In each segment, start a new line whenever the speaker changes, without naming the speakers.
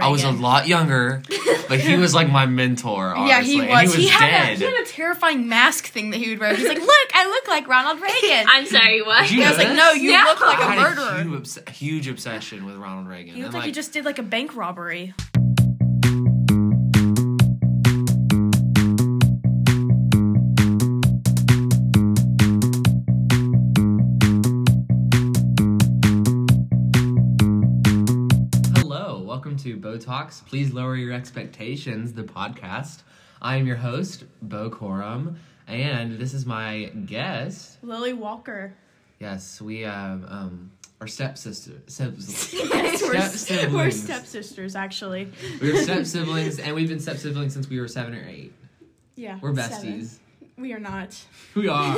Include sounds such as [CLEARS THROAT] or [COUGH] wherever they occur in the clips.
I was a
Reagan.
lot younger, but he was like my mentor.
[LAUGHS] Yeah, he
honestly,
was.
and he was
had a,
dead.
he had a terrifying mask thing that he would wear. He's
[LAUGHS]
like, look, I look like Ronald Reagan.
I'm sorry, what?
Did you
I
know
was like,
this?
no, you
No.
look like
I
a
had
murderer.
huge, obs- huge obsession with Ronald Reagan.
He looked
and,
like he just did like a bank robbery.
Hello, welcome to Botox. Please lower your expectations. The podcast. I am your host, Bo Corum, and this is my guest.
Lily [LAUGHS] Walker.
Yes, we um, um are stepsister,
[LAUGHS]
step-
we're,
Step
we're
siblings.
stepsisters, actually.
We're step siblings, and we've been step siblings since we were seven or eight.
Yeah.
We're besties.
seven. We are not. [LAUGHS]
We are.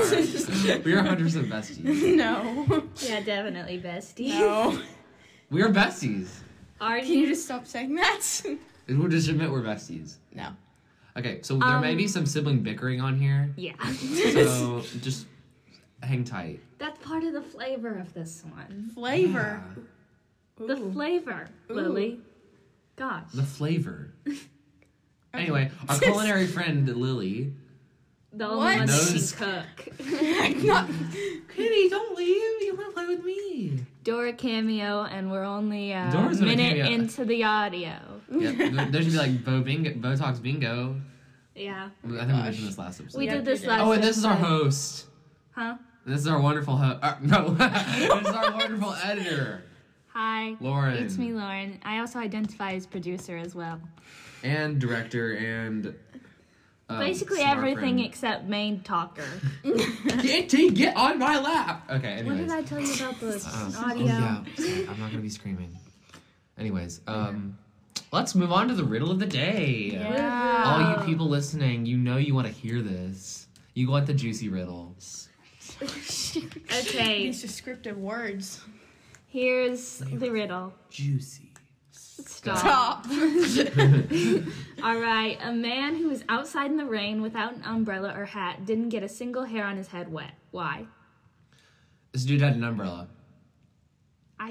we are hundreds of besties. [LAUGHS]
no.
Yeah, definitely bestie.
No.
We are besties.
[LAUGHS] Are
Can you just stop saying that? [LAUGHS]
We'll just admit we're besties.
No.
Okay, so there may
Um,
be some sibling bickering on here,
[LAUGHS] Yeah.
so just hang tight. Uh,
That's part of the flavor of this one.
[SIGHS]
Flavor.
The
Ooh.
flavor, Lily. Gosh.
The flavor. Anyway, our culinary friend Lily.
The
What?
only one that
Nose.
can
[LAUGHS]
cook.
Not-
Kitty, don't leave. You want to play with me?
Dora cameo, and we're only uh,
Dora's
a
in a
minute
cameo.
into the audio.
Yeah, there should be like Bo Bingo, Botox Bingo.
Yeah.
I think we mentioned this last episode.
We
Yeah,
did this
we did.
last.
Oh, and this is our
episode.
host.
Huh?
This is our wonderful host. Uh, [LAUGHS] no, this is our wonderful editor,
Hi.
Lauren.
It's me, Lauren. I also identify as producer as well.
And director and. um,
Basically
smart
everything
friend.
except
[LAUGHS]
main talker.
Can't you get on my lap. Okay. Anyways.
what did I tell you
[LAUGHS]
about the
Um, oh,
audio?
yeah. Sorry,
[LAUGHS]
I'm not gonna be screaming. Anyways, um, let's move on to the riddle of the day.
Yeah.
All you people listening, you know you want to hear this. You want the juicy riddle.
Okay,
These descriptive words.
here's the riddle.
[LAUGHS] Juicy. [LAUGHS]
Stop.
Top.
All right, a man who was outside in the rain without an umbrella or hat didn't get a single hair on his head wet. Why?
This dude had an umbrella.
I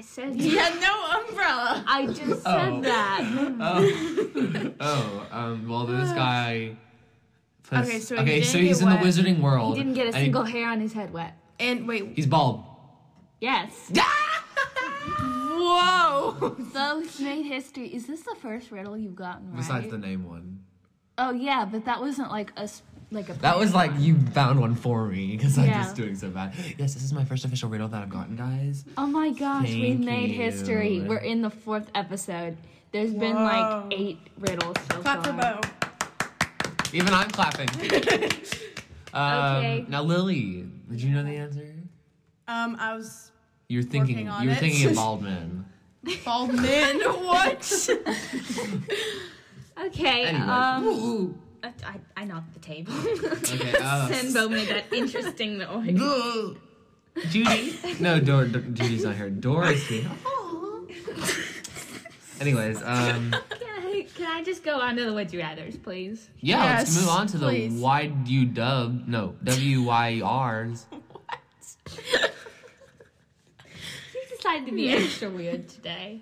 [LAUGHS]
said
he had no umbrella.
I just said
Oh.
that.
Oh. oh. Um. Well,
Uh.
this guy. puts-
Okay, so he
okay,
didn't
so he's
get
in
wet.
the wizarding world.
He didn't get a
and
single hair on his head wet.
And wait.
He's
[LAUGHS]
bald. [LAUGHS]
Yes.
Whoa.
Those made history. Is this the first riddle you've gotten right?
Besides the name one.
Oh yeah, but that wasn't like a s- like a.
That was like you found one for me because I'm
Yeah.
just doing so bad. Yes, this is my first official riddle that I've gotten, guys.
Oh my gosh, we
Thank
made history.
you.
We're in the fourth episode. There's been like
Whoa.
eight riddles so
Clap for
far.
Bo.
Even
[LAUGHS]
I'm clapping. um,
Okay.
Now, Lily, did you know the answer?
Um, I
[LAUGHS]
was
You were thinking.
Working on
You were
it. [LAUGHS]
thinking of bald men.
bald men. What?
Okay.
Anyway.
Um,
Ooh.
I, I- I knocked the table. [LAUGHS]
Okay, uh,
Senbo made that
[LAUGHS]
interesting noise.
um,
Ooh. Judy. no, Dora. D- Judy's not here. Dora's
[LAUGHS]
here. Anyways, um,
Can I, can I just go on to the Would You Rather's, please?
yeah,
Yes,
let's move on to the
please.
why do you dub no W Y R's.
You decided to be extra weird today.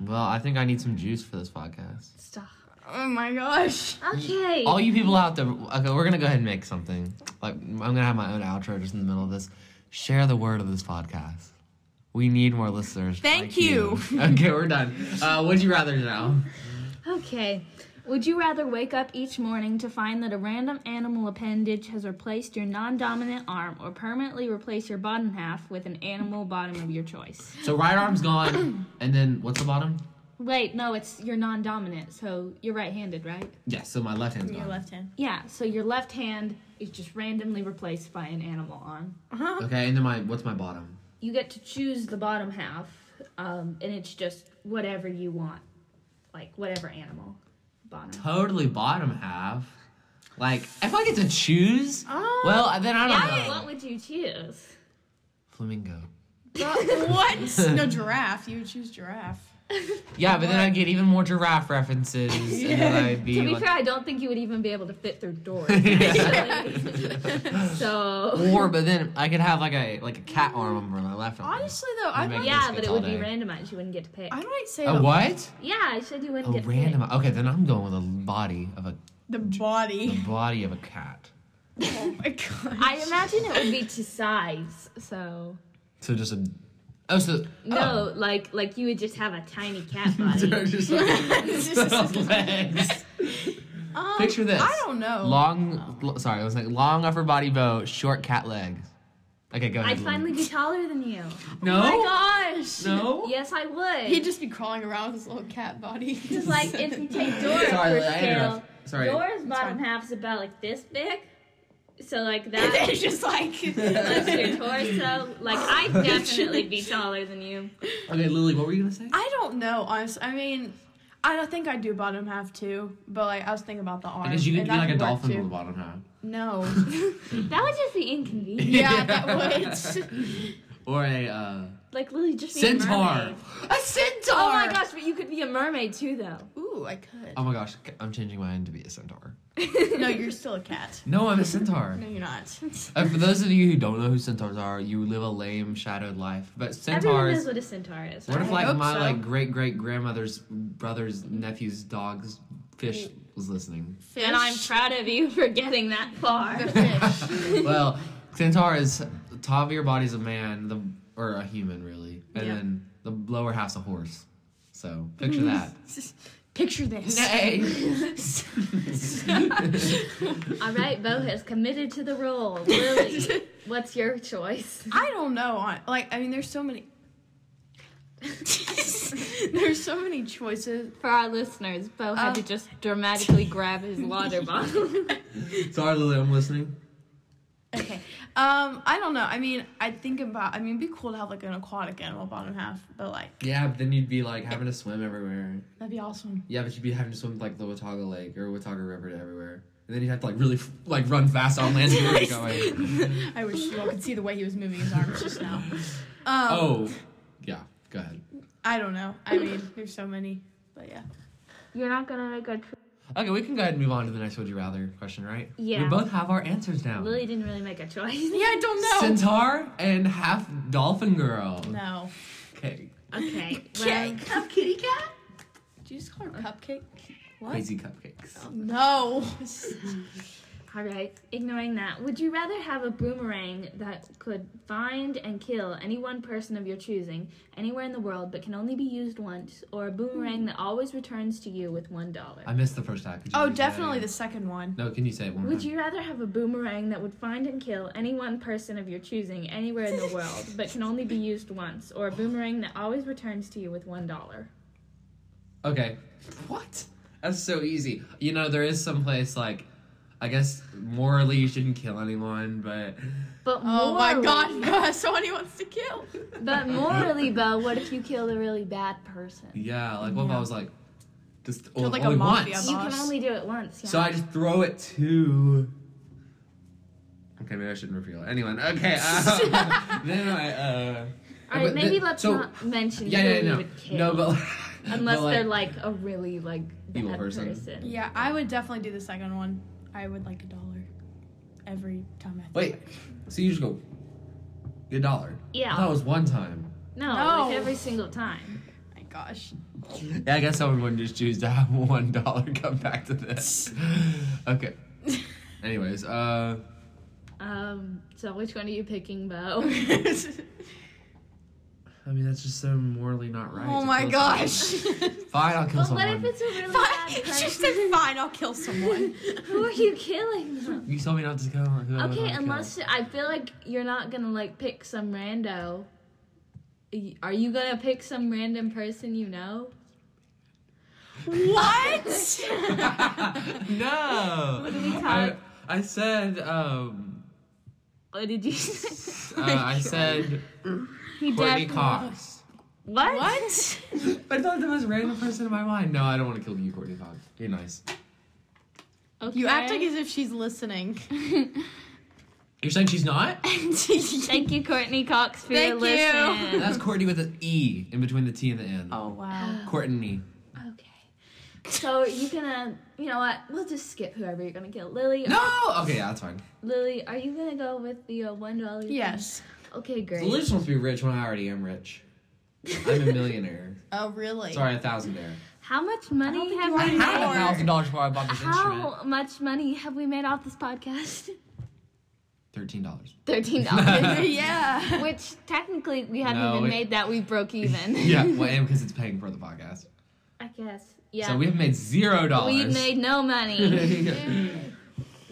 Well, I think I need some juice for this podcast.
Stop.
[LAUGHS] oh my gosh.
Okay.
All you people out there, okay, we're gonna go ahead and make something. Like I'm gonna have my own outro just in the middle of this. Share the word of this podcast. We need more listeners.
Thank
like [LAUGHS] okay, we're done. Uh, would you rather now?
Okay. Would you rather wake up each morning to find that a random animal appendage has replaced your non dominant arm or permanently replace your bottom half with an animal bottom of your choice?
So right arm's gone, and then what's the bottom?
Wait, no, it's you're non dominant, so you're right handed, right?
Yes. So my left hand's
Your
gone.
left [LAUGHS] hand.
Yeah, so your left hand is just randomly replaced by an animal arm.
Okay, and then my what's my bottom?
You get to choose the bottom half, um, and it's just whatever you want, like whatever animal bottom.
Totally bottom half. Like if I get to choose,
Oh.
well then I don't know.
What would you choose?
Flamingo.
what? No giraffe. You would choose giraffe.
Yeah, but then I'd get even more giraffe references,
[LAUGHS]
and then I'd be
to be
like, [LAUGHS]
fair, I don't think you would even be able to fit through doors.
[LAUGHS]
so
or but then I could have like a like a cat arm on my left arm.
Honestly, though, I
Make
might,
yeah,
biscuits
but it
all
would be
day.
randomized. You wouldn't get to pick.
I might say
A
the-
what?
Yeah, I said you wouldn't
A
get to
random.
pick.
Okay, then I'm going with a body of a
the body.
body of a cat.
[LAUGHS] Oh my god.
I imagine it would be to size.
Oh.
So
So just a. Oh, so
no, like like you would just have a tiny cat [LAUGHS]
oh. [LAUGHS]
body.
Just
[LAUGHS]
like- [LAUGHS] those legs.
Um,
Picture this.
I don't know.
Long, lo- sorry, it was like long upper body bow, short cat legs. Okay, go ahead.
I'd
Lily.
finally be taller than you.
no,
Oh my gosh. [LAUGHS]
no.
Yes, I would.
He'd just be crawling around with his little cat body.
Just like if you
[LAUGHS]
take Dora
Sorry,
for
Lily, I
scale,
interrupt- sorry.
Dora's bottom
fine.
half is about like this big. So like
[LAUGHS]
that
it's just like.
[LAUGHS] plus
[LAUGHS]
your torso. Like I'd definitely be taller than you.
Okay, Lily, what were you gonna say?
I don't know, honestly. I mean, I don't think I do bottom half too, but like I was thinking about the arm.
Because you
and
could be
that
like a
work,
dolphin
too.
with a bottom half,
No.
That would just be
[LAUGHS]
inconvenient.
yeah, that would.
or a uh,
Like Lily just be A
centaur.
mermaid.
a centaur.
Oh my gosh, but you could be a mermaid too though.
Ooh, I could.
Oh my gosh, c- I'm changing mine to be a centaur.
No, you're still a cat.
No, I'm
[LAUGHS]
a centaur.
No, you're not.
Uh, for those of you who don't know who centaurs are, you live a lame, shadowed life. But
Everyone knows
centaurs.
what a centaur is.
What if
I
like
hope
my
so.
like great great grandmother's brother's nephew's dog's fish was listening?
Fish.
And I'm proud of you for getting that far.
fish.
[LAUGHS] well, centaur is top of your body's a man, the or a human really, and
Yeah.
then the lower half's a horse. So
[LAUGHS]
picture that.
Picture this.
Nay.
[LAUGHS] All right, Bo has committed to the role.
[LAUGHS]
Lily, what's your choice?
[LAUGHS] I don't know. hon- Like, I mean, there's so many. [LAUGHS] there's so many choices.
For our listeners, Bo had
Uh,
to just dramatically grab his water bottle.
[LAUGHS]
[LAUGHS]
Sorry, Lily, I'm listening.
Okay. Um, I don't know. I mean, I think about. I mean, it'd be cool to have like an aquatic animal bottom half, but like
Yeah, but then you'd be like having to swim everywhere.
that'd be awesome.
Yeah, but you'd be having to swim like the Watauga Lake or Watauga River to everywhere. And then you'd have to like really f- like run fast on land to where you're going.
[LAUGHS] I wish you all could see the way he was moving his arms just now. Um,
Oh, yeah. Go ahead.
I don't know. I mean, there's so many. But yeah.
You're not gonna make a. Tr-
Okay, we can go ahead and move on to the next would you rather question, right?
Yeah.
We both have our answers now.
Lily didn't really make a choice.
Yeah, I don't know.
Centaur and half dolphin girl.
no.
Okay.
[LAUGHS] Okay. Well,
Cake. Kitty cat? Did you just call her cupcake? What?
Crazy cupcakes.
No. [LAUGHS]
all right. Ignoring that, would you rather have a boomerang that could find and kill any one person of your choosing anywhere in the world, but can only be used once, or a boomerang that always returns to you with one dollar?
I missed the first half. Could you
Oh,
read that
definitely the
again?
second one.
No, can you say it one more
Would
time?
you rather have a boomerang that would find and kill any one person of your choosing anywhere
[LAUGHS]
in the world, but can only be used once, or a boomerang that always returns to you with one dollar?
Okay. What? That's so easy. You know, there is some place like, I guess morally you shouldn't kill anyone, but
But
Oh my
morally-
god, [LAUGHS] no, someone he wants to kill.
But morally, Bo, what if you kill a really bad person?
yeah, like what if I
Yeah.
was like, just
Killed,
o-
like, a
only
mafia
once.
You can
Boss.
only do it once. Yeah.
So I just throw it to. Okay, maybe I shouldn't reveal it. Anyway, okay. Uh, [LAUGHS] then I. Uh,
All right,
but
maybe
the-
let's
so-
not mention
Yeah,
who
yeah,
you
no,
would kill,
no, but [LAUGHS]
unless
but, like,
they're like a really like
Evil
bad
person.
Yeah, I would definitely do the second one. I would like a dollar every time I think
Wait,
about it.
so you just go. Get a dollar.
Yeah.
That was one time.
No,
No.
like every single time.
Oh My
[LAUGHS]
gosh.
Yeah, I guess someone would just choose to have [LAUGHS] one dollar come back to this. [LAUGHS] Okay. Anyways, uh,
Um. So which one are you picking,
[LAUGHS]
Bo?
I mean that's just so morally not right.
oh
to
my
kill someone.
gosh. [LAUGHS]
Fine, I'll kill
But what
someone.
if it's a
[LAUGHS]
really
Fine.
bad
She
person?
said, fine, I'll kill [LAUGHS] someone.
Who are you killing?
[LAUGHS]
though?
you told me not to kill. Who I would
Okay,
wanna kill.
unless I feel like you're not gonna like pick some rando. Y- Are you gonna pick some random person
[LAUGHS]
you know?
what?
[LAUGHS] no. I, I said. Um,
[LAUGHS] What did you say?
uh, I said [LAUGHS] Courtney
He definitely-
Cox.
What?
what?
But it's not the most random person in my mind. No, I don't want to kill you, Courtney Cox. You're nice.
Okay.
[LAUGHS] You act like as if she's listening.
You're saying she's not?
[LAUGHS] Thank you, Courtney Cox, for
Thank you.
your listen. [LAUGHS]
That's Courtney with an E in between the T and the N.
[LAUGHS] oh [GASPS] wow.
Courtney.
Okay. So you're gonna, you know what? We'll just skip whoever you're gonna kill. Lily.
No! Okay, yeah, that's fine.
Lily, are you gonna go with the uh, one dollar?
Yes.
Okay,
So
great.
Lily just wants to be rich when I already am rich.
[LAUGHS]
I'm a millionaire.
Oh really?
Sorry, a thousandaire.
How much
don't
money
think
have
you
we
wanna
Half
know.
made?
a thousand dollars before I bought this instrument.
How much money have we made off
[LAUGHS]
this podcast? [LAUGHS]
Thirteen dollars.
Thirteen dollars.
yeah.
Which technically we haven't
No,
even
it-
made that. We broke
[LAUGHS]
even.
Yeah, well, and because it's paying for the podcast.
[LAUGHS] I guess. Yeah.
So we have made zero dollars.
we
[LAUGHS]
made no money.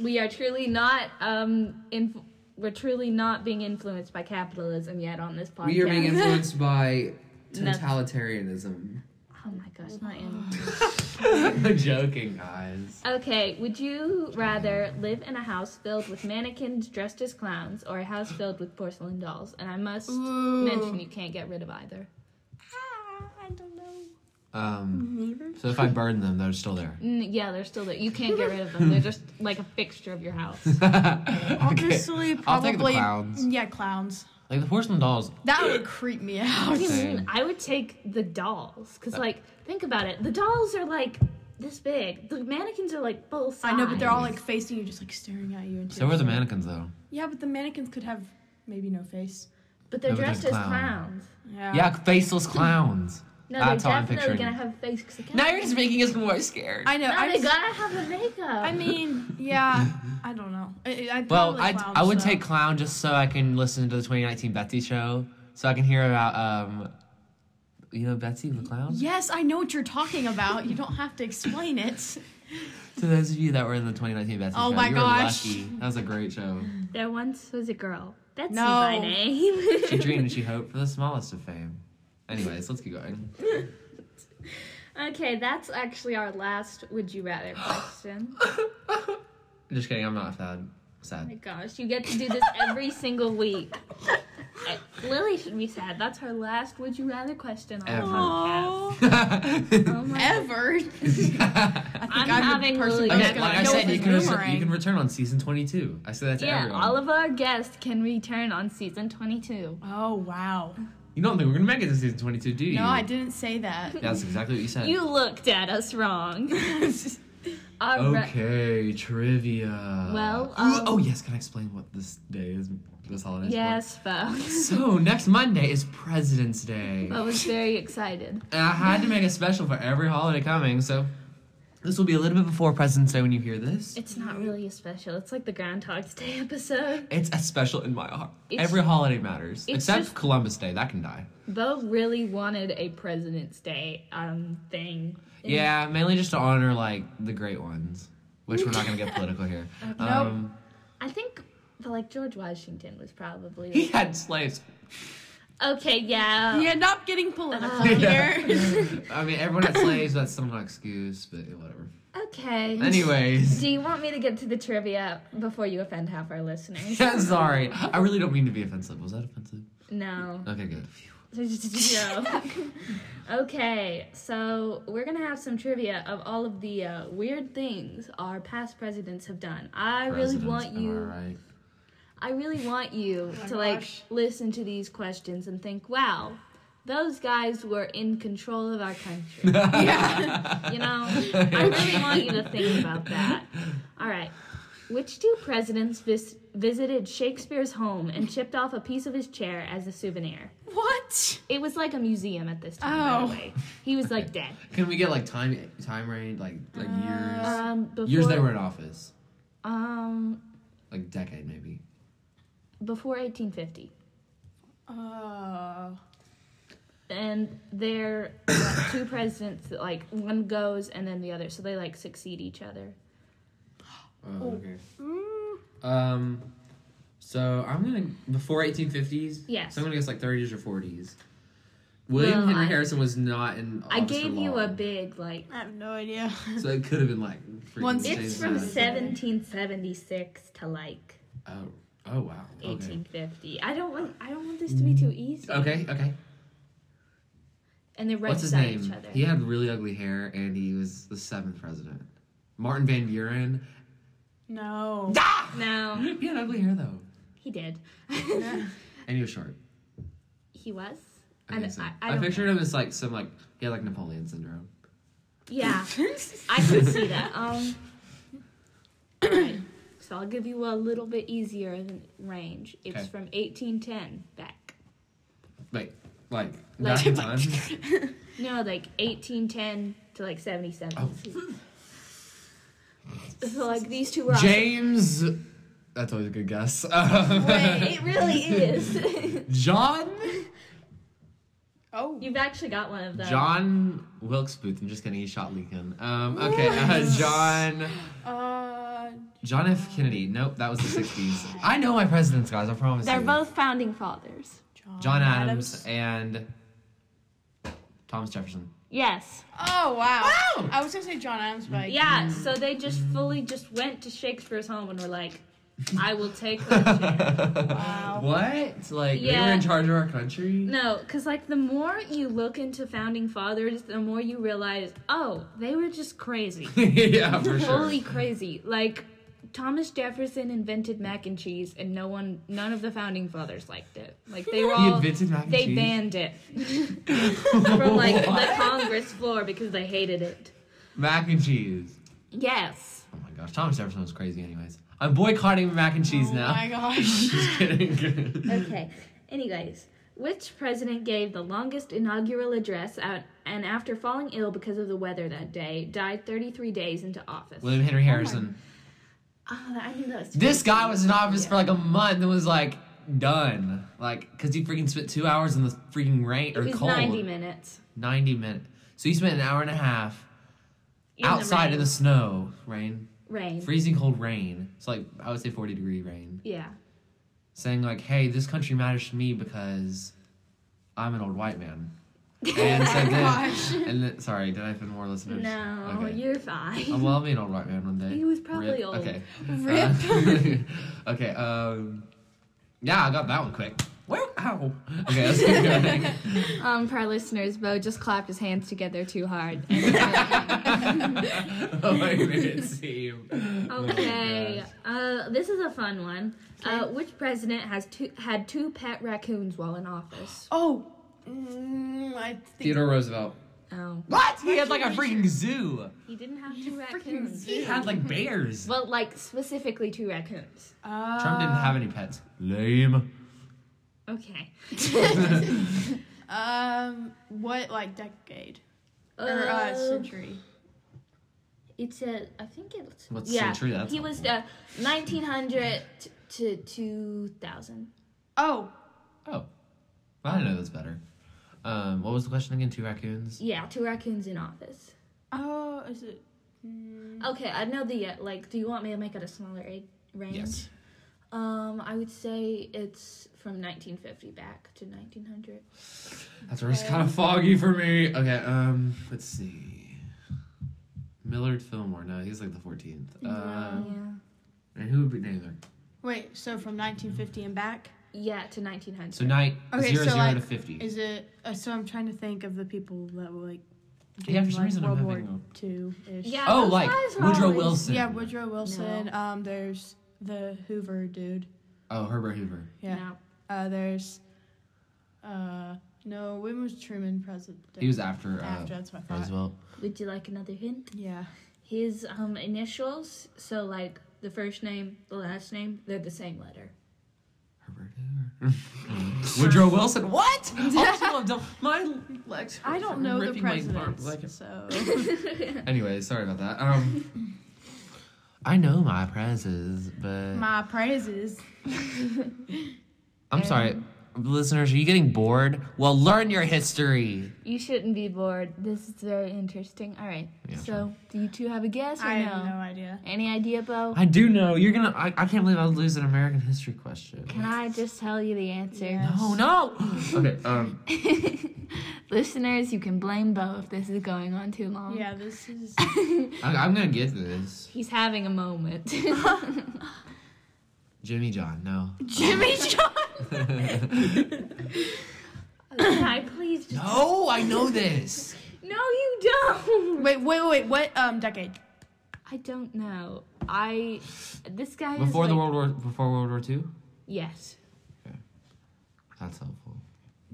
we are truly not um in. We're truly not being influenced by capitalism yet on this podcast.
We are being
[LAUGHS]
influenced by
No.
totalitarianism.
[LAUGHS]
[LAUGHS]
oh my gosh, not in.
I'm joking, guys.
Okay, would you rather live in a house filled with mannequins dressed as clowns or a house filled with porcelain dolls? And I must
Ooh.
mention you can't get rid of either.
Ah, I don't know.
[LAUGHS] Um, so if I burn them, they're still there.
Mm, yeah, they're still there. You can't get rid of them. They're just like a fixture of
[LAUGHS]
your house.
Obviously,
Obviously,
I'll take the
probably.
clowns.
Yeah, clowns.
like the porcelain dolls.
That would creep me out. [LAUGHS]
What do you mean?
Same.
I would take the dolls because, like, think about it. The dolls are like this big. The mannequins are like both
I
sides.
know, but they're all like facing you, just like staring at you. And
So were the mannequins though?
Yeah, but the mannequins could have maybe no face.
But they're
No, but they're
dressed as
clown. Ah,
clowns.
Yeah.
Yeah, faceless clowns.
No,
That's how
they're
I'm
definitely
picturing
gonna
it.
have face. 'cause they can't-
Now you're just making us more scared.
I know.
No,
I,
they
just-
gotta have the makeup.
I mean, yeah. I don't know. I, I, I'd
well,
probably
I
clowns,
I would
though.
take clown just so I can listen to the 2019 Betsy show, so I can hear about um, you know Betsy the clown.
Yes, I know what you're talking about. You don't have to explain [LAUGHS] it.
To those of you that were in the 2019 Betsy
Oh
show,
my
you
gosh.
were lucky. That was a great show.
There once was a girl. Betsy
No.
[LAUGHS] by name.
She dreamed and she hoped for the smallest of fame. Anyways, let's keep going.
okay, that's actually our last would
[GASPS]
you rather question. oh
Just kidding, I'm not sad.
my
Sad.
gosh, you get to
[LAUGHS]
do this every single week. Uh, Lily should be sad. That's her last would you rather question on
Ever.
the podcast.
[LAUGHS]
Aw.
Oh my
Ever. I think
I'm
I'm,
having
the person
really
that's
good
Again,
gonna
like
go
I said,
with
you
the
can, return,
boomerang.
you can return on season 22. I said that to
Yeah,
everyone.
all of our guests can return on season 22.
Oh wow!
you don't think we're gonna make it to season 22, do you?
No, I didn't say that.
That's exactly what you said.
You looked at
[LAUGHS]
us wrong. All right.
Okay, trivia.
Well,
Ooh,
um,
[GASPS] oh yes, can I explain what this day is? This holiday. is for?
Yes, folks.
So next Monday is President's
[LAUGHS]
Day.
I was very excited.
And I had to make a special for every holiday coming, so this will be a little bit before President's Day when you hear this.
It's not really a special. It's like the Groundhog's Day episode.
It's a special in my heart.
It's-
Every holiday matters,
it's
except
just-
Columbus Day. That can die.
Bo really wanted a President's Day um thing.
Yeah, mainly just to honor like the great ones, which we're not gonna get political
[LAUGHS]
here. Um,
I think but like George Washington was
He
probably
had slaves.
Okay, yeah.
You end up getting political
Yeah.
[LAUGHS] here.
I mean, everyone had slaves. That's some not excuse, but whatever.
Okay.
Anyways, [LAUGHS]
[LAUGHS] Do you want me to get to the trivia before you offend half our
[LAUGHS]
listeners?
yeah, sorry. I really don't mean to be offensive. Was that offensive?
No. [LAUGHS]
Okay, good.
no. okay, so we're gonna have some trivia of all of the uh, weird things our past presidents have done. I really want you.
All right.
I really want you
Oh my
to like
gosh.
listen to these questions and think, wow, those guys were in control of our country.
[LAUGHS]
you know, I really want you to think about that. All right. Which two presidents vis- visited Shakespeare's home and chipped off a piece of his chair as a souvenir?
what?
It was like a museum at this time,
Oh.
by the way. He was like dead.
Can we get like time time range, like like years,
Um, before,
years they were in office,
um,
like decade maybe.
before 1850.
Uh,
and they're like, two presidents that like one goes and then the other so they like succeed each other
Oh, okay.
Mm.
Um, so I'm gonna before 1850s.
Yes.
So I'm gonna guess like 30s or 40s. William
Well,
Henry
I-
Harrison was not in.
i
office for
gave you a
long,
big like
I have no idea.
So it could have been like. freaking
Once-
changed
it's from
that.
1776 to like
Oh. Oh wow. Okay. Mm.
1850 i don't want i don't want this to be too easy
Okay. Okay.
and they're right
What's his
beside
name?
each other
He had really ugly hair, and he was the seventh president. Martin Van Buren.
No.
Ah!
no
[LAUGHS]
He had ugly hair though.
He did.
And he was short.
he was. And
Amazing.
I, I,
I,
don't
pictured him as like some like he had like Napoleon syndrome. [LAUGHS]
Yeah, I can see that. Um, alright, so I'll give you a little bit easier than range. It's
Okay.
from 1810 back.
Like like
Like-
back in time.
[LAUGHS] No, like 1810 to like 77.
Oh.
So like these two were.
James. That's always a good guess. [LAUGHS] Um,
Wait,
[LAUGHS]
it really is. [LAUGHS]
John.
Oh.
You've actually got one of those.
John Wilkes Booth. I'm just kidding. He shot Lincoln. Um, okay, uh, John.
Uh,
John F. Kennedy. Nope, that was the 60s. I know my presidents, guys. I promise.
They're
you.
both founding fathers.
John,
John Adams, and Thomas
[LAUGHS]
Jefferson.
Yes.
Oh wow.
Wow.
I was gonna say John Adams, but
Yeah.
mm.
So they just fully just went to Shakespeare's home and
[LAUGHS]
were like, "I will take the chair."
Wow.
What? Like they were
Yeah.
in charge of our country.
No, because like the more you look into founding fathers, the more you realize, oh, they were just crazy,
[LAUGHS] yeah, [LAUGHS] for sure.
totally crazy. Like Thomas Jefferson invented mac and cheese, and no one, none of the founding fathers liked it. Like they were
He
all.
invented mac and
They
cheese.
banned it
[LAUGHS]
[LAUGHS] from like the
What?
Congress floor because they hated it.
mac and cheese.
Yes.
Oh my gosh, Thomas Jefferson was crazy. Anyways, I'm boycotting mac and cheese
Oh
now.
my gosh.
[LAUGHS] Just kidding.
Okay. Anyways, which president gave the longest inaugural address out and after falling ill because of the weather that day, died 33 days into office?
William Henry Harrison.
Oh, I knew that was
This guy was in office for like a month and was like done. Like, cause he freaking spent two hours in the freaking rain or
it was
cold.
90 minutes.
90 minutes. So he spent an hour and a half
in the
outside
rain.
in the snow, rain,
rain.
freezing cold rain. It's like I would say 40 degree rain.
Yeah.
saying like, "Hey, this country matters to me because I'm an old white man."
[LAUGHS]
And so
Gosh.
then, and then, sorry, did I offend more listeners?
Oh No,
Okay.
you're fine. [CLEARS THROAT]
Oh, well, I'll be an old white man one day.
He was probably old.
Okay.
[LAUGHS]
[LAUGHS] Rip.
Uh, [LAUGHS] okay. Um, yeah, I got that one quick. Where? Ow. Okay, let's keep going.
Um, for our listeners, Bo just clapped his hands together
[LAUGHS]
too hard.
[LAUGHS] oh, I made it seem. Oh my
okay.
gosh.
Uh, this is a fun one. Uh, which president has two had two pet raccoons while in office?
Oh. Mm, I think.
Theodore Roosevelt.
Oh,
What? He had like a freaking zoo.
he didn't have two
Freaking
raccoons.
He had like bears.
Well, like specifically two raccoons.
Uh,
Trump didn't have any pets. Lame.
Okay.
Um, what like decade or uh, century?
Um, It's a. I think it's.
What
yeah,
century? That's
he
not-
was uh, 1900 t- to 2000.
Oh,
Oh, well, I know that's better. Um, what was the question again? Two raccoons.
Yeah, two raccoons in office.
oh, is it? Mm,
Okay, I know the uh, like. Do you want me to make it a smaller age range?
Yes.
Um, I would say it's from 1950 back to 1900.
That's where it's kind of foggy for me. Okay. Um, let's see. Millard Fillmore. No, he's like the fourteenth. Uh, and who would be neither?
wait, so from 1950 and back
yeah. Yeah, to 1900.
So night
Okay,
zero
so,
zero
like,
to fifty.
is it? Uh, so I'm trying to think of the people that were like.
Yeah, for some
like,
reason I'm
World
having
War Two ish.
yeah.
oh,
those
like
guys were
Woodrow
always-
Wilson.
Yeah, Woodrow Wilson. Um, there's the Hoover dude.
Oh, Herbert Hoover.
Yeah.
No.
Uh, there's. Uh, no, when was Truman president?
He was after, uh,
after. That's what I thought.
Roosevelt.
Would you like another hint?
[LAUGHS] Yeah.
His um initials. So like the first name, the last name, they're the same letter.
Herbert Hoover. [LAUGHS] Woodrow Wilson.
[LAUGHS]
What? also, I'm dumb. my legs. hurt
I don't
from
know the
ripping my arm.
presidents, [LAUGHS]
Like,
so
[LAUGHS] Anyway, sorry about that. Um,
[LAUGHS]
I know my prizes, but
my praises.
I'm sorry, listeners. Are you getting bored? Well, learn your history.
You shouldn't be bored. This is very interesting. All right.
Yeah,
so, do you two have a guess or
I
no?
have no idea.
Any idea, Bo?
I do know you're gonna. I, I can't believe I lose an American history question.
Can I just tell you the answer?
Yeah.
Oh no.
[LAUGHS]
okay. Um.
Listeners, you can blame Bo if this is going on too long.
Yeah, this is.
I, I'm gonna get this.
He's having a [LAUGHS] moment.
Jimmy John. No. [LAUGHS]
[LAUGHS]
Jimmy John.
Can I please just...
No, I know this.
No, you
[LAUGHS]
don't!
Wait, wait, wait. What um decade?
I don't know. I... This guy is
Before the
like-
World War. Before World War Two.
Yes.
That's helpful.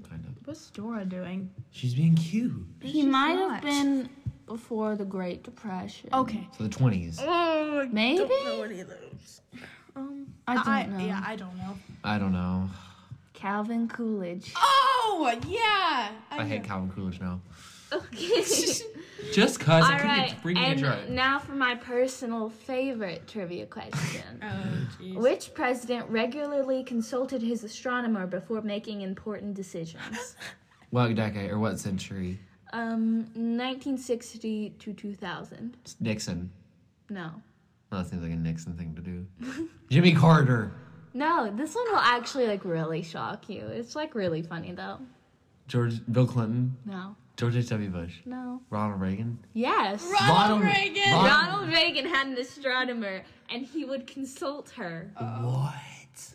Kind of.
What's Dora doing?
She's being cute.
He might have been before the Great Depression.
Okay.
So the 20s.
Oh,
Maybe?
Don't know any of those. Um,
I don't know.
Yeah, I don't know.
I don't know.
Calvin Coolidge.
Oh, yeah.
I hate Calvin Coolidge now.
[LAUGHS] Okay.
Just cause
All
I couldn't
right.
get bring me a
And
drive.
now for my personal favorite trivia question.
Oh, jeez.
Which president regularly consulted his astronomer before making important decisions?
What decade or what century?
Um, 1960 to 2000.
It's Nixon.
No.
Well, that seems like a Nixon thing to do.
[LAUGHS]
Jimmy Carter.
No, this one will actually like really shock you. It's like really funny though.
George Bill Clinton.
No.
George H. W. Bush.
No.
Ronald Reagan.
Yes.
Ronald
Ronald-
Reagan.
Ron-
Ronald Reagan had an astronomer and he would consult her.
What?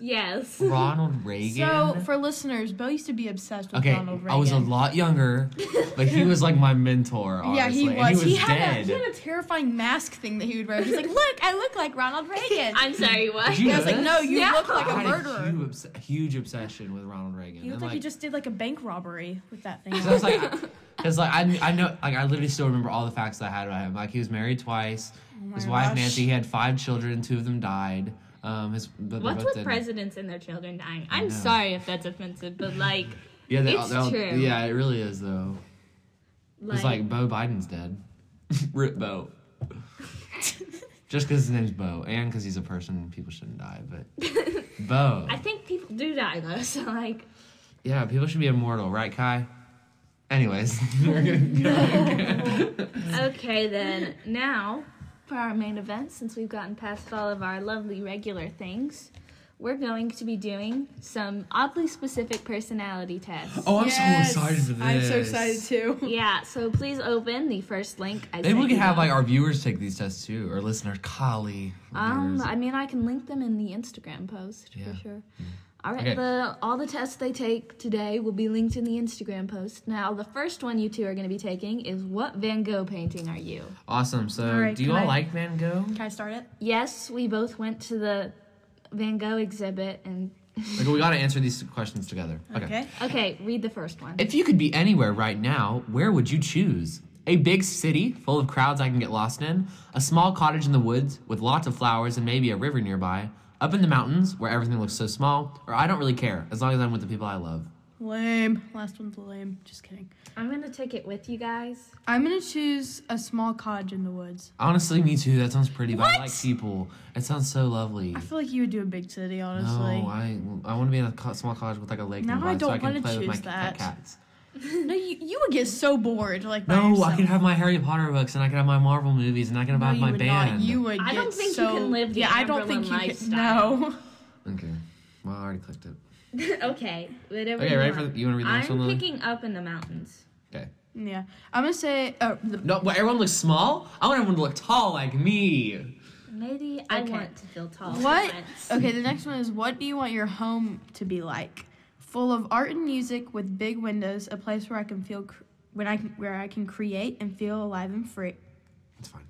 Yes.
Ronald Reagan.
So, for listeners, Bo used to be obsessed with
okay,
Ronald Reagan.
I was a lot younger, but he was like my mentor.
[LAUGHS]
Honestly.
Yeah, he was.
And he was
had a,
dead.
he had a terrifying mask thing that he would wear. He's like, look, [LAUGHS] I look like Ronald Reagan.
I'm sorry, what?
Did you
I
know
was like,
this?
no, you
Yeah.
look like
I
a
had
murderer.
huge, obs- huge obsession with Ronald Reagan.
He looked
and,
like he
like,
just did like a bank robbery with that thing.
[LAUGHS] Cause I was like,
[LAUGHS]
cause like I, I know like I literally still remember all the facts that I had about him. Like he was married twice.
Oh my
his wife
gosh.
Nancy. He had five children. Two of them died. Um, his but they
What's
both
with
didn't.
presidents and their children dying? I'm
know.
sorry if that's offensive, but like,
Yeah, they,
It's
they all-
true.
Yeah, it really is though.
like,
it's like Bo Biden's dead. [LAUGHS] Rip Bo. Just because his name's Bo, and because he's a person, people shouldn't die.
[LAUGHS]
But Bo,
I think people do die though. [LAUGHS] So like,
yeah, people should be immortal, right, Kai? Anyways, [LAUGHS] we're gonna go.
okay then. Now for our main event, since we've gotten past all of our lovely regular things, we're going to be doing some oddly specific personality tests.
oh, I'm
Yes,
so excited for this.
I'm so excited too.
Yeah. So please open the first link. I
Maybe we
sent
could
you.
have like our viewers take these tests too, or listeners, Kali.
Um,
viewers.
I mean, I can link them in the Instagram post
Yeah. Mm.
for sure. All right,
Okay.
the all the tests they take today will be linked in the Instagram post. Now, the first one you two are going to be taking is what Van Gogh painting are you?
awesome. So,
All right,
do you
can
all
I-
like Van Gogh?
Can I start it?
Yes, we both went to the Van Gogh exhibit and
Like, we got to answer these questions together. Okay.
okay, read the first one.
If you could be anywhere right now, where would you choose? A big city full of crowds I can get lost in, a small cottage in the woods with lots of flowers and maybe a river nearby, up in the mountains where everything looks so small, or I don't really care as long as I'm with the people I love.
Lame. Last one's lame. Just kidding.
I'm going to take it with you guys. [LAUGHS]
I'm gonna choose a small cottage in the woods.
Honestly, me too. That sounds pretty, but I
What?
like people. It sounds so lovely.
I feel like you would do a big city, honestly.
No, I I want to be in a co- small cottage with like a lake
Now
nearby
I
so I
don't
can
wanna
play with my
choose that.
cat cats.
no, you, you would get so bored, like by
No,
yourself.
I could have my Harry Potter books and I could have my Marvel movies and I could have
No, you
my
would
band.
Not. You would.
I
get
don't think you
so-
can live the
Yeah, I don't think you
Amberlin
can.
lifestyle.
No. [LAUGHS]
Okay. Well, I already clicked it.
okay, whatever.
Okay,
you
ready for
want.
the, you want to read the next
I'm
one? Lily?
picking up in the mountains.
Okay.
Yeah, I'm gonna say. Uh, the, [LAUGHS]
No, but everyone looks small. I want everyone to look tall like me.
Maybe I
Okay.
want to feel tall.
What?
once.
Okay, the next one is what do you want your home to be like? Full of art and music with big windows, a place where I can feel cr- when I can, where I can create and feel alive and [LAUGHS] free.
It's fine.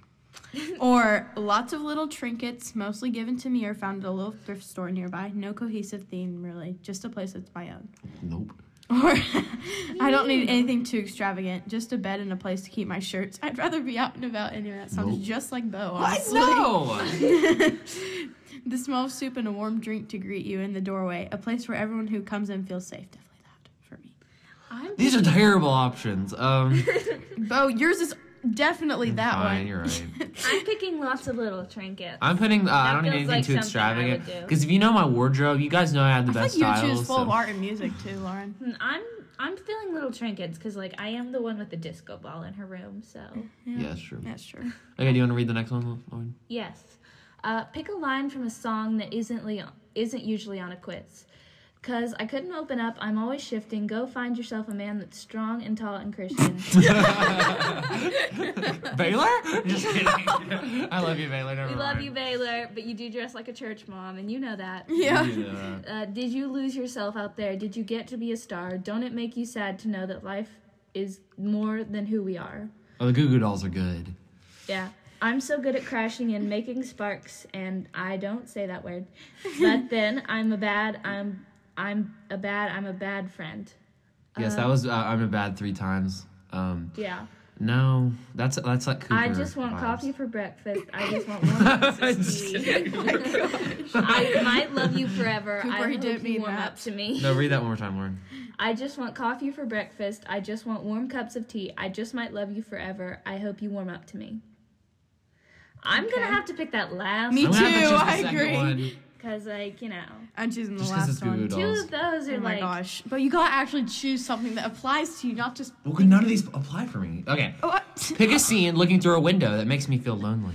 Or lots of little trinkets, mostly given to me or found at a little thrift store nearby. No cohesive theme really, just a place that's my own.
Nope.
Or [LAUGHS] I don't need anything too extravagant, just a bed and a place to keep my shirts. I'd rather be out and about anyway. That sounds
Nope.
just like Bo.
What?
honestly.
No.
[LAUGHS]
[LAUGHS]
The smell of soup and a warm drink to greet you in the doorway, a place where everyone who comes in feels safe. Definitely that for me.
I'm
These are terrible options. Um,
Bo, yours is definitely that
fine,
one. [LAUGHS]
you're right.
I'm picking lots of little trinkets.
I'm putting. Uh, I
That
don't need
feels
anything
like
too
something I
extravagant.
would do.
Because if you know my wardrobe, you guys know I have the
I
best
think you would
styles.
choose full of
so-
art and music too, Lauren.
Mm, I'm I'm feeling little trinkets because like I am the one with the disco ball in her room. So
Yeah, that's true.
That's true.
Okay, do you want to read the next one?
[LAUGHS]
Lauren?
yes, uh, pick a line from a song that isn't le- isn't usually on a quiz. Cause I couldn't open up. I'm always shifting. Go find yourself a man that's strong and tall and Christian.
Baylor? [LAUGHS] Just
[LAUGHS]
kidding. I love you, Baylor. Never
we love
mind.
you, Baylor, but you do dress like a church mom, and you know that.
[LAUGHS] Yeah.
[LAUGHS] Yeah.
Uh, did you lose yourself out there? Did you get to be a star? Don't it make you sad to know that life is more than who we are?
Oh, the Goo Goo Dolls are good.
Yeah. I'm so good at crashing and making sparks, and I don't say that word.
[LAUGHS]
But then I'm a bad. I'm I'm a bad. I'm a bad friend.
Yes, that was uh, I'm a bad three times. Um,
Yeah.
no, that's that's like Cooper.
I just want
vibes.
coffee
[LAUGHS]
for breakfast. I just want warm ups.
Just kidding.
I might love you forever.
Cooper,
I
he
hope
didn't
you
mean
warm
that.
up to me.
no, read that one more time, Lauren.
I just want coffee for breakfast. I just want warm cups of tea. I just might love you forever. I hope you warm up to me. I'm gonna
Okay.
have to pick that last
Me
I'm gonna have to
too,
choose the
I
second
agree.
one
because, like, you know,
I'm choosing the
just because it's
last one.
Goo Goo
two
Dolls.
of those are
Oh my
like
gosh! But you gotta actually choose something that applies to you, not just.
Well, could none of these apply for me? Okay.
Oh, I-
Pick a scene looking through a window that makes me feel lonely.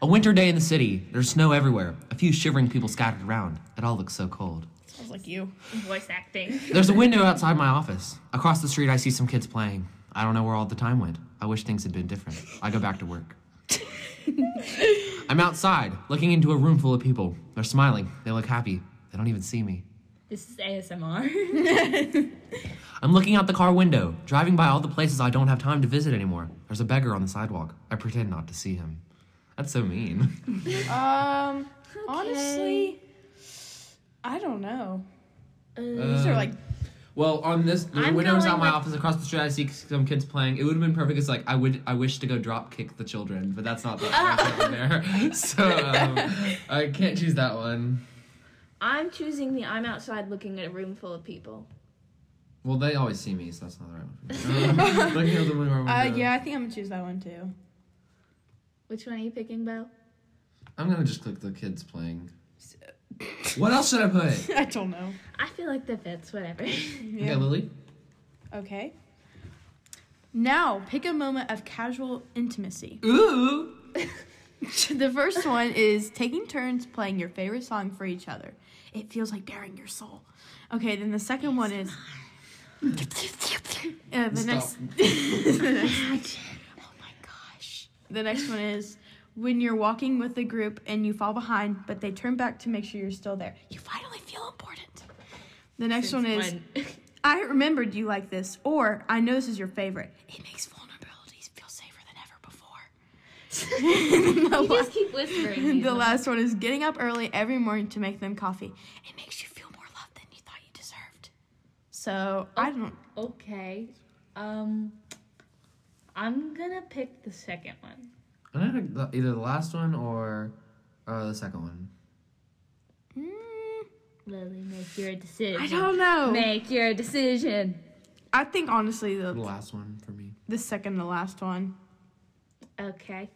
A winter day in the city. There's snow everywhere. A few shivering people scattered around. It all looks so cold.
[LAUGHS] Sounds like you.
voice acting.
There's a window outside my office. Across the street, I see some kids playing. I don't know where all the time went. I wish things had been different. I go back
[LAUGHS]
to work. I'm outside, looking into a room full of people. They're smiling. They look happy. They don't even see me.
This is [LAUGHS] ASMR.
I'm looking out the car window, driving by all the places I don't have time to visit anymore. There's a beggar on the sidewalk. I pretend not to see him. That's so mean.
Um, honestly, I don't know.
uh,
These are like
Uh, Well, on this,
I'm
when I was
going
out my
with-
office across the street, I see some kids playing. It would have been perfect. It's like I would, I wish to go drop kick the children, but that's
[LAUGHS]
not that one there. [LAUGHS] So um, I can't choose that one.
I'm choosing the I'm outside looking at a room full of people.
Well, they always see me, so that's not the right one.
[LAUGHS]
for me. [LAUGHS] Looking out the window.
Uh, yeah, I think I'm gonna choose that one too. [LAUGHS]
Which one are you picking, Belle?
I'm gonna just click the kids playing. What else should I
[LAUGHS]
put?
I don't know.
I feel like that fits, whatever.
Okay, Lily.
Okay. Now pick a moment of casual intimacy.
Ooh.
[LAUGHS] the first one is taking turns playing your favorite song for each other. It feels like bearing your soul. Okay, then the second one is. [LAUGHS] Uh, the
Stop.
next. the next- [LAUGHS] oh my gosh. The next one is when you're walking with a group and you fall behind, but they turn back to make sure you're still there. You finally feel important. The next one is
[LAUGHS]
I remembered you like this, or I know this is your favorite. It makes vulnerabilities feel safer than ever before. [LAUGHS] the,
you
la-
just keep whispering.
the last one is getting up early every morning to make them coffee. It makes you feel more loved than you thought you deserved. So I don't.
Okay. Um, I'm gonna pick the second one.
I'm gonna pick the- either the last one or uh, the second one.
Mm,
Lily, make your decision.
I don't know.
Make your decision.
I think honestly
The
the
last one for me.
the second to last one.
Okay.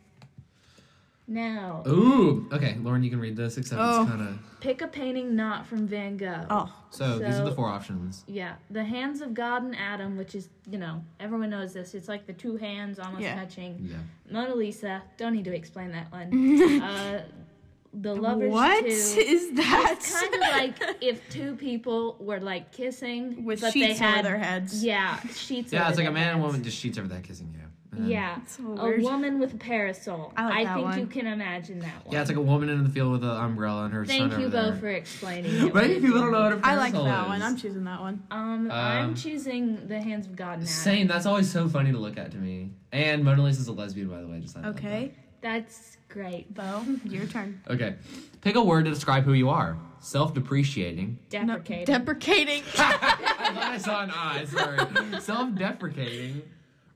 Now,
Ooh. Okay, Lauren, you can read this. Except
Oh.
it's kind of.
pick a painting not from Van Gogh.
Oh,
So, these are the
So-
four options.
Yeah, the hands of God and Adam, which is, you know, everyone knows this. It's like the two hands almost
Yeah.
touching.
Yeah.
Mona Lisa, don't need to explain that
[LAUGHS]
one. uh, the Lovers
what [LAUGHS] is
2.
that?
kind of like if two people were like
[LAUGHS]
kissing
with
but
sheets
they had
over their heads.
yeah sheets.
Yeah,
over
it's like a
their
man and
heads.
woman just sheets over that kissing you. And then-
Yeah,
so
a
weird.
woman with a parasol.
I like that
think
one.
you can imagine that one.
Yeah, it's like a woman in the field with an umbrella and her son
Thank
over
you
there.
both for explaining. it.
Maybe people don't know what a
I like
parasol
that
is.
one. I'm choosing that one.
Um, I'm
Um,
choosing the hands of God now.
Same. That's always so funny to look at to me. And Mona Lisa's a lesbian, by the way. Just like
Okay,
That's great.
Bo, your turn.
Okay. Pick a word to describe who you are. Self-depreciating.
No,
[LAUGHS] Deprecating.
[LAUGHS] deprecating.
I thought I saw an eye. Sorry. Self-deprecating,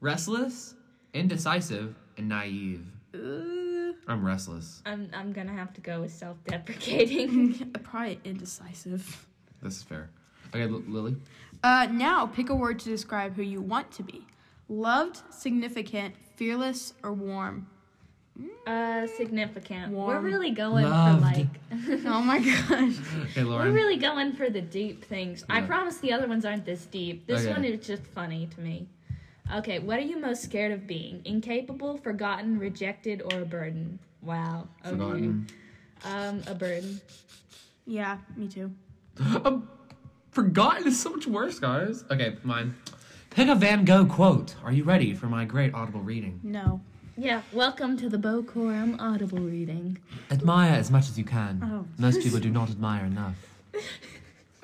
restless, indecisive, and naive.
Uh,
I'm restless.
I'm I'm gonna have to go with
[LAUGHS]
self-deprecating.
probably indecisive.
This is fair. Okay, L- Lily.
Uh, now pick a word to describe who you want to be: loved, significant, fearless, or
[LAUGHS]
warm.
uh, significant. We're
Warm.
really going
Loved.
for like.
oh my gosh!
Okay, Lauren.
We're really going for the deep things. I
Yeah.
promise the other ones aren't this deep. This
Okay.
one is just funny to me. Okay, what are you most scared of being? Incapable, forgotten, rejected, or a burden? Wow. Okay.
Forgotten.
Um, a burden.
Yeah, me too.
Um, forgotten is so much worse, guys. Okay, mine. Pick a Van Gogh quote. Are you ready for my great audible reading?
No.
Yeah. Welcome to the Bocorum Audible reading.
Admire as much as you can.
Oh.
Most people do not admire
[LAUGHS]
enough.